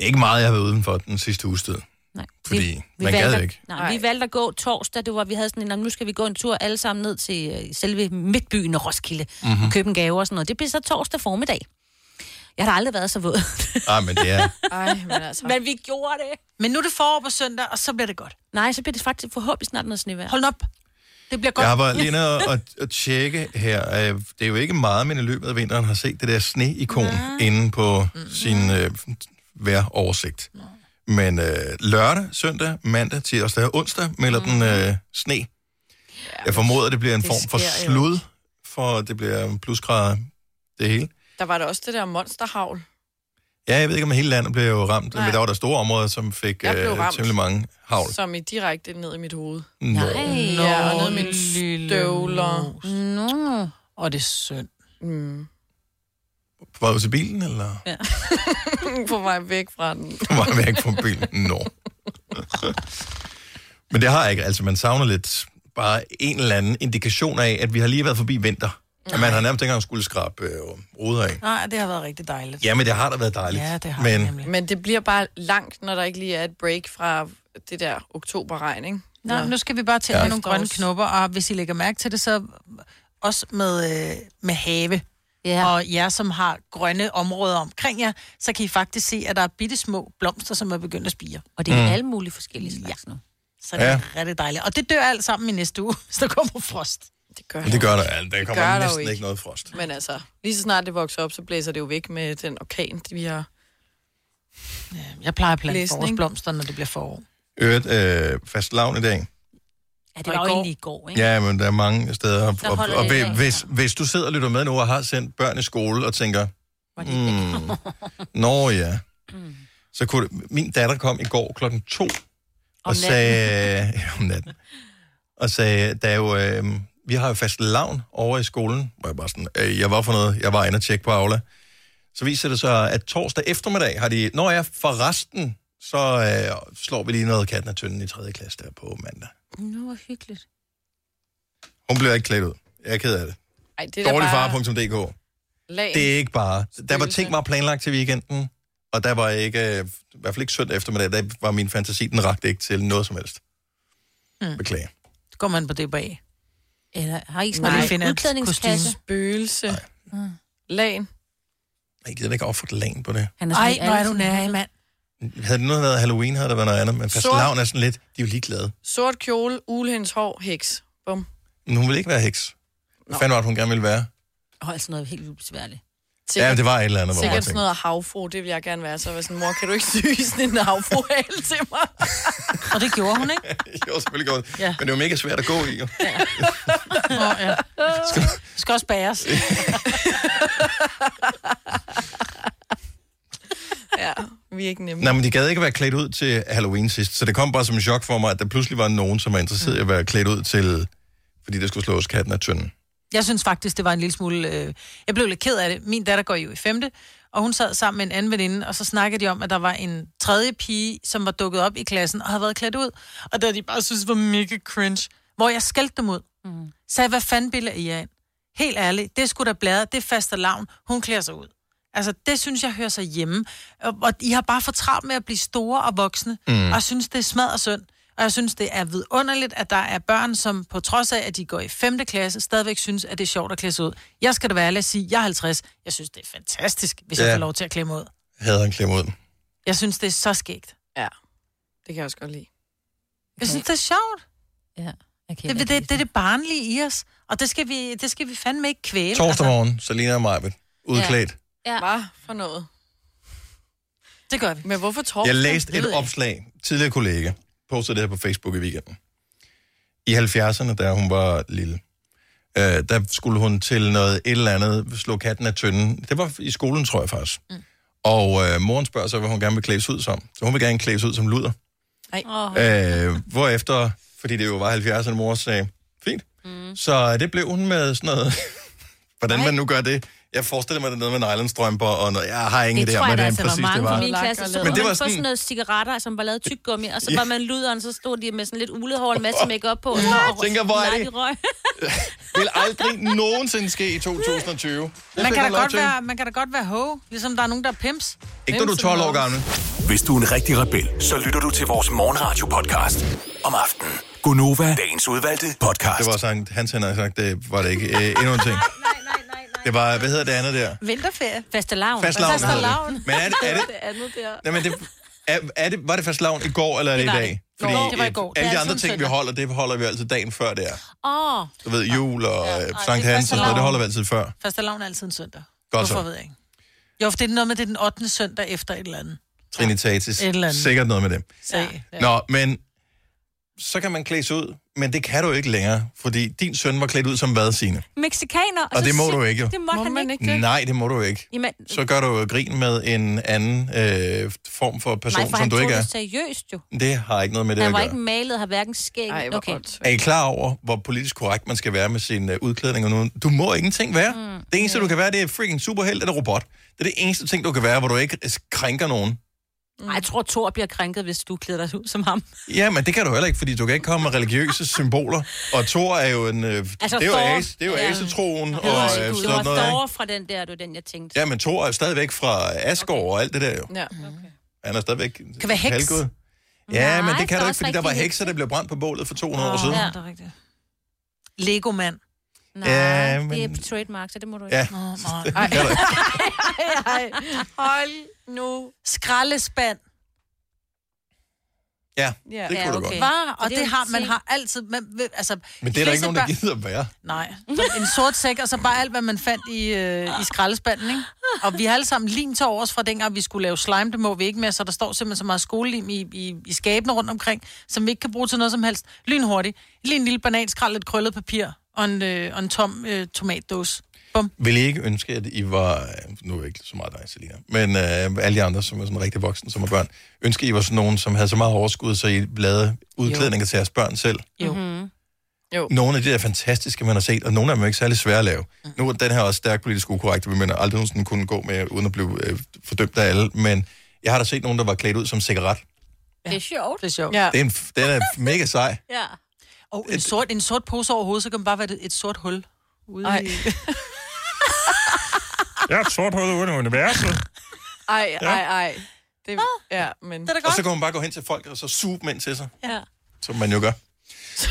Speaker 1: Ikke meget, jeg har været udenfor den sidste uges tid.
Speaker 2: Nej.
Speaker 1: Fordi man
Speaker 2: valgte,
Speaker 1: gad
Speaker 2: at-
Speaker 1: ikke.
Speaker 2: Nej, vi valgte at gå torsdag. Det var, vi havde sådan en, "Nå, nu skal vi gå en tur alle sammen ned til øh, selve midtbyen og Roskilde.
Speaker 1: Mhm.
Speaker 2: Mm-hmm. Købe en gave og sådan noget. Det blev så torsdag formiddag. Jeg har da aldrig været så våd.
Speaker 1: Nej, Ah, men det er...
Speaker 4: Ej, men altså.
Speaker 2: men vi gjorde det.
Speaker 3: Men nu er det forår på søndag, og så bliver det godt.
Speaker 2: Nej, så bliver det faktisk forhåbentlig snart noget snevejr.
Speaker 3: Hold op. Det bliver godt.
Speaker 1: Jeg var lige nede og, og tjekke her. Øh, Det er jo ikke meget, men i løbet af vinteren har set det der sneikon mm. inde på
Speaker 4: Mm.
Speaker 1: sin øh, vejroversigt. Men øh, lørdag, søndag, mandag, tirsdag og onsdag melder den øh, sne. Jeg formoder, det bliver en
Speaker 4: Mm. det
Speaker 1: form for
Speaker 4: sker jo.
Speaker 1: slud, for det bliver plusgrader det hele.
Speaker 4: Der var der også det der monsterhavl.
Speaker 1: Ja, jeg ved ikke, om hele landet blev jo ramt,
Speaker 4: Nej.
Speaker 1: men der var der store områder, som fik
Speaker 4: Jeg
Speaker 1: øh,
Speaker 4: blev ramt.
Speaker 1: temmelig mange havl.
Speaker 4: Som i direkte ned i mit hoved.
Speaker 1: Nå. Nej.
Speaker 4: Ja, og ned i mine støvler.
Speaker 2: Nå.
Speaker 3: Og det er synd.
Speaker 4: Mm.
Speaker 1: Var du til bilen, eller?
Speaker 2: Ja.
Speaker 4: På vej væk fra den.
Speaker 1: var væk fra bilen. Nå. Men det har jeg ikke. Altså, man savner lidt bare en eller anden indikation af, at vi har lige været forbi vinter. Og man har nærmest ikke engang skulle skrabe øh, ruder af.
Speaker 3: Nej, det har været rigtig dejligt.
Speaker 1: Ja, men det har da været dejligt.
Speaker 4: Ja,
Speaker 3: det
Speaker 1: har men, det
Speaker 4: Men det bliver bare langt, når der ikke lige er et break fra det der oktoberregn, ikke?
Speaker 3: Nå, nu skal vi bare til
Speaker 4: Ja.
Speaker 3: ja. med nogle grønne knopper, og hvis I lægger mærke til det, så også med, øh, med have.
Speaker 2: Ja.
Speaker 3: Og jer, som har grønne områder omkring jer, så kan I faktisk se, at der er bitte små blomster, som er begyndt at spire.
Speaker 2: Og det er Mm. alle mulige forskellige slags ja. nu.
Speaker 3: Så det
Speaker 1: Ja.
Speaker 3: er rigtig dejligt. Og det dør alt sammen i næste uge, hvis der kommer frost.
Speaker 4: Det gør,
Speaker 1: Men det gør der. alt. Der
Speaker 4: Det
Speaker 1: kommer
Speaker 4: gør der jo
Speaker 1: næsten
Speaker 4: ikke.
Speaker 1: ikke. ikke noget frost.
Speaker 4: Men altså, lige så snart det vokser op, så blæser det jo væk med den orkan, vi har.
Speaker 3: Jeg plejer at plante
Speaker 4: Blæsning.
Speaker 3: forårsblomster, når det bliver forår.
Speaker 1: Øvrigt, øh, fast lavn i dag.
Speaker 2: Ja, det var jo egentlig i går, ikke?
Speaker 1: Ja, men der er mange steder. Og,
Speaker 2: Der
Speaker 1: og,
Speaker 2: holder
Speaker 1: og
Speaker 2: det i dag,
Speaker 1: hvis, hvis du sidder og lytter med nu og har sendt børn i skole og tænker, mm, nå ja,
Speaker 2: Mm.
Speaker 1: så kunne det, min datter kom i går klokken to og
Speaker 8: natten.
Speaker 1: sagde, om natten, og sagde, der er jo, øh, vi har jo fast lavn over i skolen, hvor jeg bare sådan, øh, jeg var for noget, jeg var inde og tjekke på Aula. Så viser det sig, at torsdag eftermiddag har de, når jeg for resten, så øh, slår vi lige noget katten af tynden i 3. klasse der på mandag.
Speaker 2: Nu hvor hyggeligt.
Speaker 1: Hun bliver ikke klædt ud. Jeg er ked af det.
Speaker 4: Ej, det er da bare
Speaker 1: Dårligfar.dk.
Speaker 4: lag.
Speaker 1: Det er ikke bare... Der var ting, var planlagt til weekenden, og der var ikke... øh, I hvert fald ikke søndag eftermiddag, der var min fantasi, den rakte ikke til noget som helst.
Speaker 3: Mm.
Speaker 1: Beklager.
Speaker 3: Så går man på det bag.
Speaker 2: Eller har I
Speaker 3: Når
Speaker 2: sådan
Speaker 3: de finder
Speaker 2: en
Speaker 3: et
Speaker 2: udklædningskasse?
Speaker 3: kostume.
Speaker 4: Spøgelse.
Speaker 3: Mm.
Speaker 4: Lagen.
Speaker 1: Jeg gider da ikke opføre lagen på det.
Speaker 2: Han
Speaker 3: Ej, hvor er du nær, mand.
Speaker 1: Havde det nu været Halloween, havde der været noget andet, men fast
Speaker 4: Sort.
Speaker 1: lavn er sådan lidt... De er jo ligeglade.
Speaker 4: Sort kjole, ulehendes hår, heks. Bum.
Speaker 1: Men hun ville ikke være heks. Hvad fanden var det, hun gerne ville være?
Speaker 2: Og altså noget helt ubesværligt.
Speaker 1: Ja, det var et eller andet, hvor
Speaker 4: Sikkert sådan
Speaker 1: jeg tænkte,
Speaker 4: noget havfru, det vil jeg gerne være. Så var jeg sådan, mor, kan du ikke sy sådan en havfru til mig?
Speaker 3: Og det gjorde hun, ikke?
Speaker 1: jo, selvfølgelig godt.
Speaker 3: Ja.
Speaker 1: Ja. Men det er jo mega svært at gå i, jo.
Speaker 3: Nå, ja. Skal, skal også bæres.
Speaker 4: ja, vi er ikke nemme.
Speaker 1: Nej, men de gad ikke være klædt ud til Halloween sidst, så det kom bare som en chok for mig, at der pludselig var nogen, som var interesseret i at være klædt ud til, fordi der skulle slås katten af tynden.
Speaker 3: Jeg synes faktisk, det var en lille smule... Øh, jeg blev lidt ked af det. Min datter går jo i femte, og hun sad sammen med en anden veninde, og så snakkede de om, at der var en tredje pige, som var dukket op i klassen og havde været klædt ud. Og der de bare synes var mega cringe. Hvor jeg skældte dem ud. Mm. Sagde, hvad fanden billeder I af? Helt ærligt, det skulle da blæde, det er faste lavn. Hun klæder sig ud. Altså, det synes jeg hører sig hjemme. Og, og I har bare for travlt med at blive store og voksne.
Speaker 12: Mm.
Speaker 3: Mm. Og jeg synes, det er smad og synd. Og jeg synes, det er vidunderligt, at der er børn, som på trods af, at de går i 5. klasse, stadigvæk synes, at det er sjovt at klæde sig ud. Jeg skal da være ærlig at sige, jeg er 50. Jeg synes, det er fantastisk, hvis ja.
Speaker 1: Ja.
Speaker 3: jeg får lov til at klemme ud.
Speaker 1: Havde han klem ud.
Speaker 3: Jeg synes, det er så skægt.
Speaker 4: Ja, det kan jeg også godt lide.
Speaker 3: Jeg synes, det er sjovt.
Speaker 2: Ja.
Speaker 3: Okay, det, det, det, det er det barnlige i os, og det skal vi, det skal vi fandme ikke kvæle. Altså-
Speaker 1: Torsdag morgen, Selina og Majbet, udklædt.
Speaker 4: Ja. Hvad for noget?
Speaker 3: Det gør vi.
Speaker 4: Men hvorfor torsdag?
Speaker 1: Jeg læste
Speaker 4: Det ved
Speaker 1: et opslag, tidligere kollega, postede det her på Facebook i weekenden. I 70'erne, da hun var lille, øh, der skulle hun til noget et eller andet, slå katten af tynden. Det var i skolen, tror jeg faktisk. Mm. Og øh, moren spørger så, hvad hun gerne vil klædes ud som. Så hun vil gerne klædes ud som luder.
Speaker 4: Nej. Oh.
Speaker 1: Øh, hvorefter, fordi det jo var 70'erne, mor sagde, fint. Mm. Så det blev hun med sådan noget, hvordan man nu gør det. Jeg forestiller mig, det er noget med nylonstrømper og noget. Jeg har ingen
Speaker 2: det
Speaker 1: idé
Speaker 2: tror
Speaker 1: om,
Speaker 2: jeg,
Speaker 1: hvad
Speaker 2: der
Speaker 1: det
Speaker 2: altså var
Speaker 1: præcis det
Speaker 2: mange
Speaker 1: var.
Speaker 2: fra min klasse. Så
Speaker 1: Men det var
Speaker 2: sådan... sådan
Speaker 1: sådan,
Speaker 2: noget cigaretter, som var lavet tyk gummi, og så
Speaker 1: Ja.
Speaker 2: var man luderen, så stod de med sådan lidt ulehår, en masse make op på. Og så, og,
Speaker 1: Tænker, hvor er
Speaker 2: nej,
Speaker 1: det?
Speaker 2: de røg.
Speaker 1: vil aldrig nogensinde ske i 2020. Det
Speaker 3: Man
Speaker 1: fik
Speaker 3: kan,
Speaker 1: hun
Speaker 3: da
Speaker 1: lov
Speaker 3: godt
Speaker 1: til.
Speaker 3: være, man kan da godt være ho, ligesom der er nogen, der er pimps.
Speaker 1: Ikke når du er 12 år gammel.
Speaker 13: Hvis du er en rigtig rebel, så lytter du til vores morgenradio-podcast om aftenen. Gunova, dagens udvalgte podcast.
Speaker 1: Det var sådan, han tænder sagt, det var det ikke. Øh, endnu en ting. Det var, hvad hedder det andet der?
Speaker 3: Vinterferie.
Speaker 2: Fastelavn.
Speaker 1: Fastelavn hedder det. Men er det- er det-
Speaker 4: det andet der?
Speaker 1: Nej, men det, er, er det, var det fast lavn i går, eller er det,
Speaker 2: Det
Speaker 1: i
Speaker 2: var
Speaker 1: dag?
Speaker 2: det. Går. Det var i går.
Speaker 1: Alle
Speaker 2: Det
Speaker 1: de
Speaker 2: er
Speaker 1: andre
Speaker 2: altid
Speaker 1: ting, vi
Speaker 2: søndag.
Speaker 1: holder, det holder vi altid dagen før, det er.
Speaker 2: Åh, oh,
Speaker 1: Du ved, jul og ja, Sankt
Speaker 3: det er
Speaker 1: Hans, og sådan noget, det
Speaker 3: fastelavn.
Speaker 1: holder vi altid før.
Speaker 3: Fastelavn er altid en søndag.
Speaker 1: Godt så.
Speaker 3: Hvorfor ved jeg ikke? Jo, for det er noget med, det er den 8. søndag efter et eller andet.
Speaker 1: Trinitatis.
Speaker 3: Et eller andet.
Speaker 1: Sikkert noget med det.
Speaker 3: Sag. Ja.
Speaker 1: Nå, men så kan man klædes ud, men det kan du ikke længere, fordi din søn var klædt ud som hvad, Signe?
Speaker 2: mexikaner.
Speaker 1: Og det
Speaker 2: så
Speaker 1: må
Speaker 2: sy-
Speaker 1: du ikke, jo.
Speaker 2: Det måtte må han ikke.
Speaker 1: Nej, det må du ikke.
Speaker 2: Jamen,
Speaker 1: Så gør du jo grin med en anden øh, form for person,
Speaker 2: nej, for
Speaker 1: som
Speaker 2: han
Speaker 1: du
Speaker 2: tog
Speaker 1: ikke er.
Speaker 2: det seriøst jo.
Speaker 1: Det har ikke noget med det
Speaker 2: Han
Speaker 1: at
Speaker 2: var
Speaker 1: gøre.
Speaker 2: ikke malet, har hverken skæg. Ej, okay.
Speaker 1: Er I klar over, hvor politisk korrekt man skal være med sin øh, udklædning og nu? Du må ingenting være. Mm. Det eneste, du kan være, det er freaking superhelt eller robot. Det er det eneste ting, du kan være, hvor du ikke øh, krænker nogen.
Speaker 2: Ej,
Speaker 3: Mm.
Speaker 2: jeg tror, Thor bliver krænket, hvis du klæder dig ud som ham.
Speaker 1: Ja, men det kan du heller ikke, fordi du kan ikke komme med religiøse symboler. Og Thor er jo en... Øh,
Speaker 2: Altså,
Speaker 1: det er jo,
Speaker 2: Thor.
Speaker 1: As, det er jo
Speaker 2: Ja.
Speaker 1: asetroen
Speaker 2: Det var,
Speaker 1: og øh,
Speaker 2: det var
Speaker 1: sådan noget.
Speaker 2: Thor
Speaker 1: Ikke?
Speaker 2: fra den der, det var den, jeg tænkte. Mm.
Speaker 1: Ja, men Thor er stadigvæk fra Asgård okay. og alt det der jo.
Speaker 4: Ja.
Speaker 1: Han er stadigvæk
Speaker 2: Kan være heks.
Speaker 1: halvgud. Ja,
Speaker 3: Nej,
Speaker 1: men det
Speaker 3: der
Speaker 1: kan
Speaker 3: er
Speaker 1: du ikke,
Speaker 3: også
Speaker 1: fordi der var
Speaker 3: rigtige
Speaker 1: hekser, der blev brændt på bålet for 200 år
Speaker 2: Ah,
Speaker 3: Åh,
Speaker 1: siden.
Speaker 3: Ja, det er rigtigt. Lego-mand.
Speaker 2: Nej,
Speaker 1: Ja,
Speaker 2: det er
Speaker 1: men-
Speaker 2: trademark, så det må du ikke.
Speaker 1: Ja.
Speaker 3: Nå, nej.
Speaker 1: Ej.
Speaker 3: Ej, hold nu. Skraldespand.
Speaker 1: Ja, det kunne du godt.
Speaker 3: Var,
Speaker 2: Så det
Speaker 3: og det,
Speaker 2: er en
Speaker 3: har, man
Speaker 2: ting.
Speaker 3: har altid... Man, ved- altså,
Speaker 1: Men det er der ikke nogen, der gider at være.
Speaker 3: Nej, en sort sæk, og så bare alt, hvad man fandt i, øh, i skraldespanden, ikke? Og vi har alle sammen lim til overs fra dengang, vi skulle lave slime, det må vi ikke mere, så der står simpelthen så meget skolelim i, i, i skabene rundt omkring, som vi ikke kan bruge til noget som helst. Lynhurtigt. Lige en lille bananskrald, lidt krøllet papir og en, øh, og en tom øh, tomatdåse. Bum.
Speaker 1: Vil I ikke ønske, at I var... øh, Nu er jeg ikke så meget dig, Selina. Men øh, alle de andre, som er sådan rigtig voksne, som er børn. Ønsker I var sådan nogen, som havde så meget overskud, så I lavede udklædninger jo. til jeres børn selv?
Speaker 3: Jo.
Speaker 2: Mm-hmm.
Speaker 4: Jo.
Speaker 1: Nogle af de der fantastiske, man har set, og nogle af dem er ikke særlig svære at lave. Mm. Nu er den her også stærkt politisk ukorrekt, vi mener aldrig nogensinde kunne gå med, uden at blive øh, fordømt af alle. Men jeg har da set nogen, der var klædt ud som cigaret.
Speaker 2: Det er sjovt.
Speaker 3: Det er sjovt.
Speaker 1: Ja. Det er en, f- den er mega sej.
Speaker 2: Ja.
Speaker 3: Og en sort, en sort pose over hovedet, så kan man bare være et, et sort hul. Ude
Speaker 4: Ej.
Speaker 3: i...
Speaker 1: Jeg er et sort hoved uden universet.
Speaker 4: Ej,
Speaker 1: Ja.
Speaker 4: ej, ej. Det, ja, men... Det er
Speaker 1: Og så kan man bare gå hen til folk og så suge dem ind til sig,
Speaker 4: Ja.
Speaker 1: som man jo gør.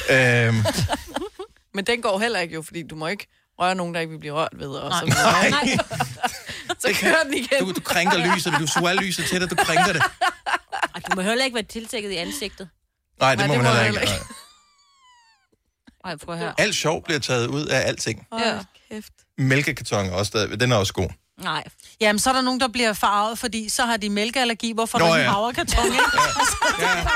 Speaker 1: øhm,
Speaker 4: Men den går heller ikke jo, fordi du må ikke røre nogen, der ikke vil blive rørt ved. Og
Speaker 1: Nej.
Speaker 4: sådan noget. så kører den igen.
Speaker 1: Du, du krænker lyset, du suger lyset til dig, du krænker det.
Speaker 2: Og du må heller ikke være tiltækket i ansigtet.
Speaker 1: Nej, det
Speaker 2: Nej,
Speaker 1: må
Speaker 2: det
Speaker 1: man
Speaker 2: må
Speaker 1: heller
Speaker 2: man
Speaker 1: ikke.
Speaker 2: heller
Speaker 1: Nej.
Speaker 2: Ej, prøv at høre.
Speaker 1: Alt sjov bliver taget ud af alting.
Speaker 2: Ja.
Speaker 1: Mælkekarton er også stadig, den er også god.
Speaker 2: Nej.
Speaker 3: Jamen, så er der nogen, der bliver farvet, fordi så har de mælkeallergi. Hvorfor
Speaker 1: Nå,
Speaker 3: Nå, der
Speaker 1: ja.
Speaker 3: en havrekarton, ikke?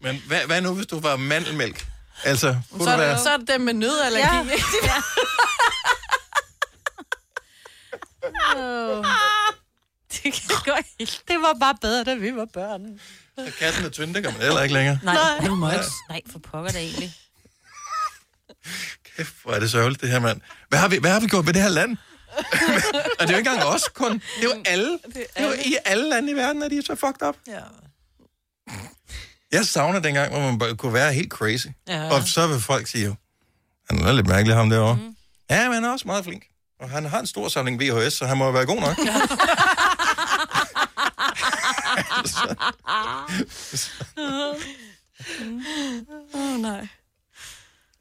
Speaker 1: Men hvad, hvad nu, hvis du var mandelmælk? Altså, kunne
Speaker 4: Så,
Speaker 1: du
Speaker 4: er
Speaker 1: være...
Speaker 4: det, så er det dem med nødallergi.
Speaker 3: Ja.
Speaker 4: Ja.
Speaker 3: Det kan gå helt. Det var bare bedre, da vi var børn.
Speaker 1: Så katten er tynd, det kan man heller ikke længere.
Speaker 2: Nej,
Speaker 3: Nej.
Speaker 2: du må ikke.
Speaker 1: Ja.
Speaker 2: Nej, for pokker da egentlig.
Speaker 1: Hvor er det sørgeligt, det her mand. Hvad har vi, hvad har vi gjort ved det her land? og det er jo ikke engang os kun. Det er jo alle. Det er jo i alle lande i verden, at de er så fucked up.
Speaker 3: Ja.
Speaker 1: Jeg savner dengang, hvor man bare kunne være helt crazy.
Speaker 3: Ja.
Speaker 1: Og så vil folk sige, han er lidt mærkelig, ham derovre. Mm. Ja, men han er også meget flink. Og han har en stor samling VHS, så han må jo være god nok.
Speaker 4: Åh, oh, nej.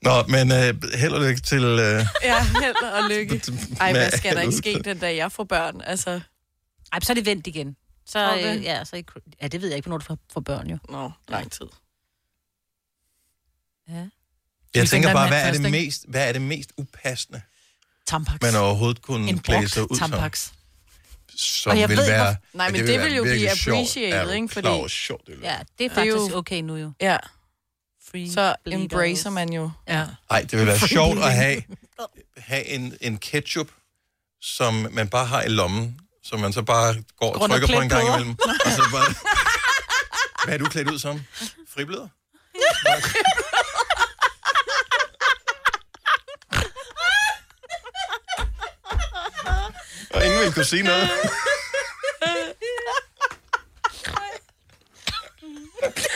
Speaker 1: Nå, men uh, held og lykke til... Uh,
Speaker 4: Ja, held og lykke. Ej, hvad skal der ikke ske den dag, jeg får børn? Altså,
Speaker 2: Ej, så er det vendt igen. Så,
Speaker 4: Tror du det?
Speaker 2: øh, ja, så ikke, ja, det ved jeg ikke, hvornår du får, får børn jo.
Speaker 4: Nå, lang tid.
Speaker 1: Jeg
Speaker 3: Vi finder
Speaker 1: tænker
Speaker 3: en
Speaker 1: bare,
Speaker 3: mand
Speaker 1: hvad er,
Speaker 3: først,
Speaker 1: det
Speaker 3: ikke?
Speaker 1: mest, hvad er det mest upassende,
Speaker 3: Tampax.
Speaker 1: man overhovedet
Speaker 3: En
Speaker 1: kunne
Speaker 3: brugt
Speaker 1: klæde sig ud
Speaker 3: tampax.
Speaker 1: som? Som
Speaker 3: Og jeg
Speaker 1: vil
Speaker 3: ved,
Speaker 1: være,
Speaker 3: hvor-
Speaker 4: Nej, men det vil jo blive appreciated, ikke? Fordi-
Speaker 1: Fordi... Sjovt, det
Speaker 2: Ja, det er
Speaker 4: Det er jo-
Speaker 2: faktisk okay nu jo.
Speaker 4: Ja.
Speaker 2: Free
Speaker 4: Så
Speaker 2: bleeders.
Speaker 4: embracer man jo.
Speaker 3: Ja.
Speaker 1: Ej, det vil være
Speaker 4: Fordi-
Speaker 1: sjovt at have, have en, en ketchup, som man bare har i lommen, som man så bare går og
Speaker 8: Rundt og
Speaker 1: trykker på en
Speaker 8: klædt
Speaker 1: gang
Speaker 8: på.
Speaker 1: imellem. Og så bare, hvad er du klædt ud som? Fribløder? Og ingen vil kunne sige noget.
Speaker 11: 뭐.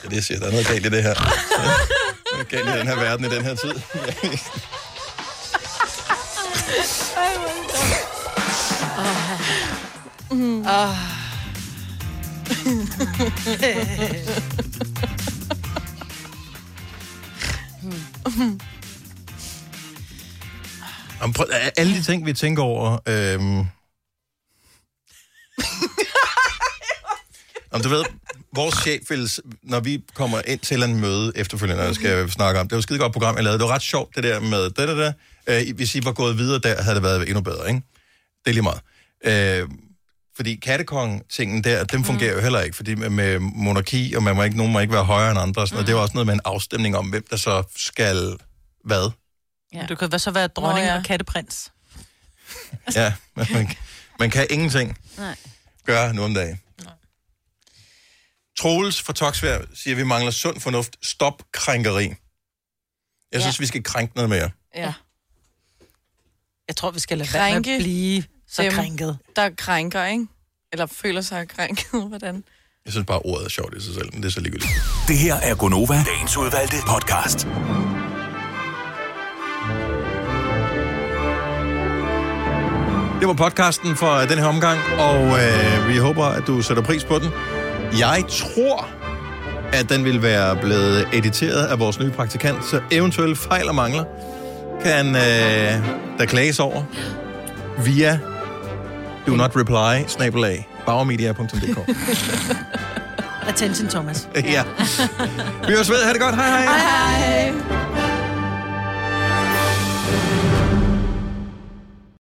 Speaker 1: Det er det, jeg siger. Der er noget galt i det her. Der er galt i den her verden i den her tid.
Speaker 4: Mm.
Speaker 3: Oh.
Speaker 1: Jamen, prøv, alle de ting, vi tænker over... Øhm... Om du ved, vores chef vil, s- når vi kommer ind til en møde efterfølgende, og skal snakke om, det var et skide godt program, jeg lavede, det var ret sjovt, det der med det, det, det. Øh, hvis I var gået videre der, havde det været endnu bedre, ikke? Det er lige meget. Øh, fordi kattekong-tingen der, den fungerer jo heller ikke, fordi med, med monarki, og man må ikke, nogen må ikke være højere end andre, og sådan noget. det var også noget med en afstemning om, hvem der så skal hvad.
Speaker 3: Ja. Du kan hvad så være dronning
Speaker 4: Nå,
Speaker 3: Nå,
Speaker 4: ja.
Speaker 3: ja. og katteprins.
Speaker 1: Ja, men man, man kan ingenting
Speaker 2: Nej.
Speaker 1: gøre nu om dagen. Troels fra Toksvær siger, at vi mangler sund fornuft. Stop krænkeri. Jeg synes, vi skal krænke noget mere.
Speaker 4: Ja.
Speaker 3: Jeg tror, vi skal lade være med at blive så
Speaker 4: dem,
Speaker 3: krænket.
Speaker 4: der krænker, ikke? Eller føler sig krænket, hvordan?
Speaker 1: Jeg synes bare, ordet er sjovt i sig selv, men det er så ligegyldigt.
Speaker 13: Det her er Gonova, dagens udvalgte podcast.
Speaker 1: Det var podcasten for den her omgang, og øh, vi håber, at du sætter pris på den. Jeg tror, at den vil være blevet editeret af vores nye praktikant, så eventuelle fejl og mangler kan øh, der klages over via do not reply snabelag bauermedia.dk
Speaker 3: Attention, Thomas.
Speaker 1: Ja. Vi høres ved. Ha' det godt. Hej hej.
Speaker 4: Hej, hej.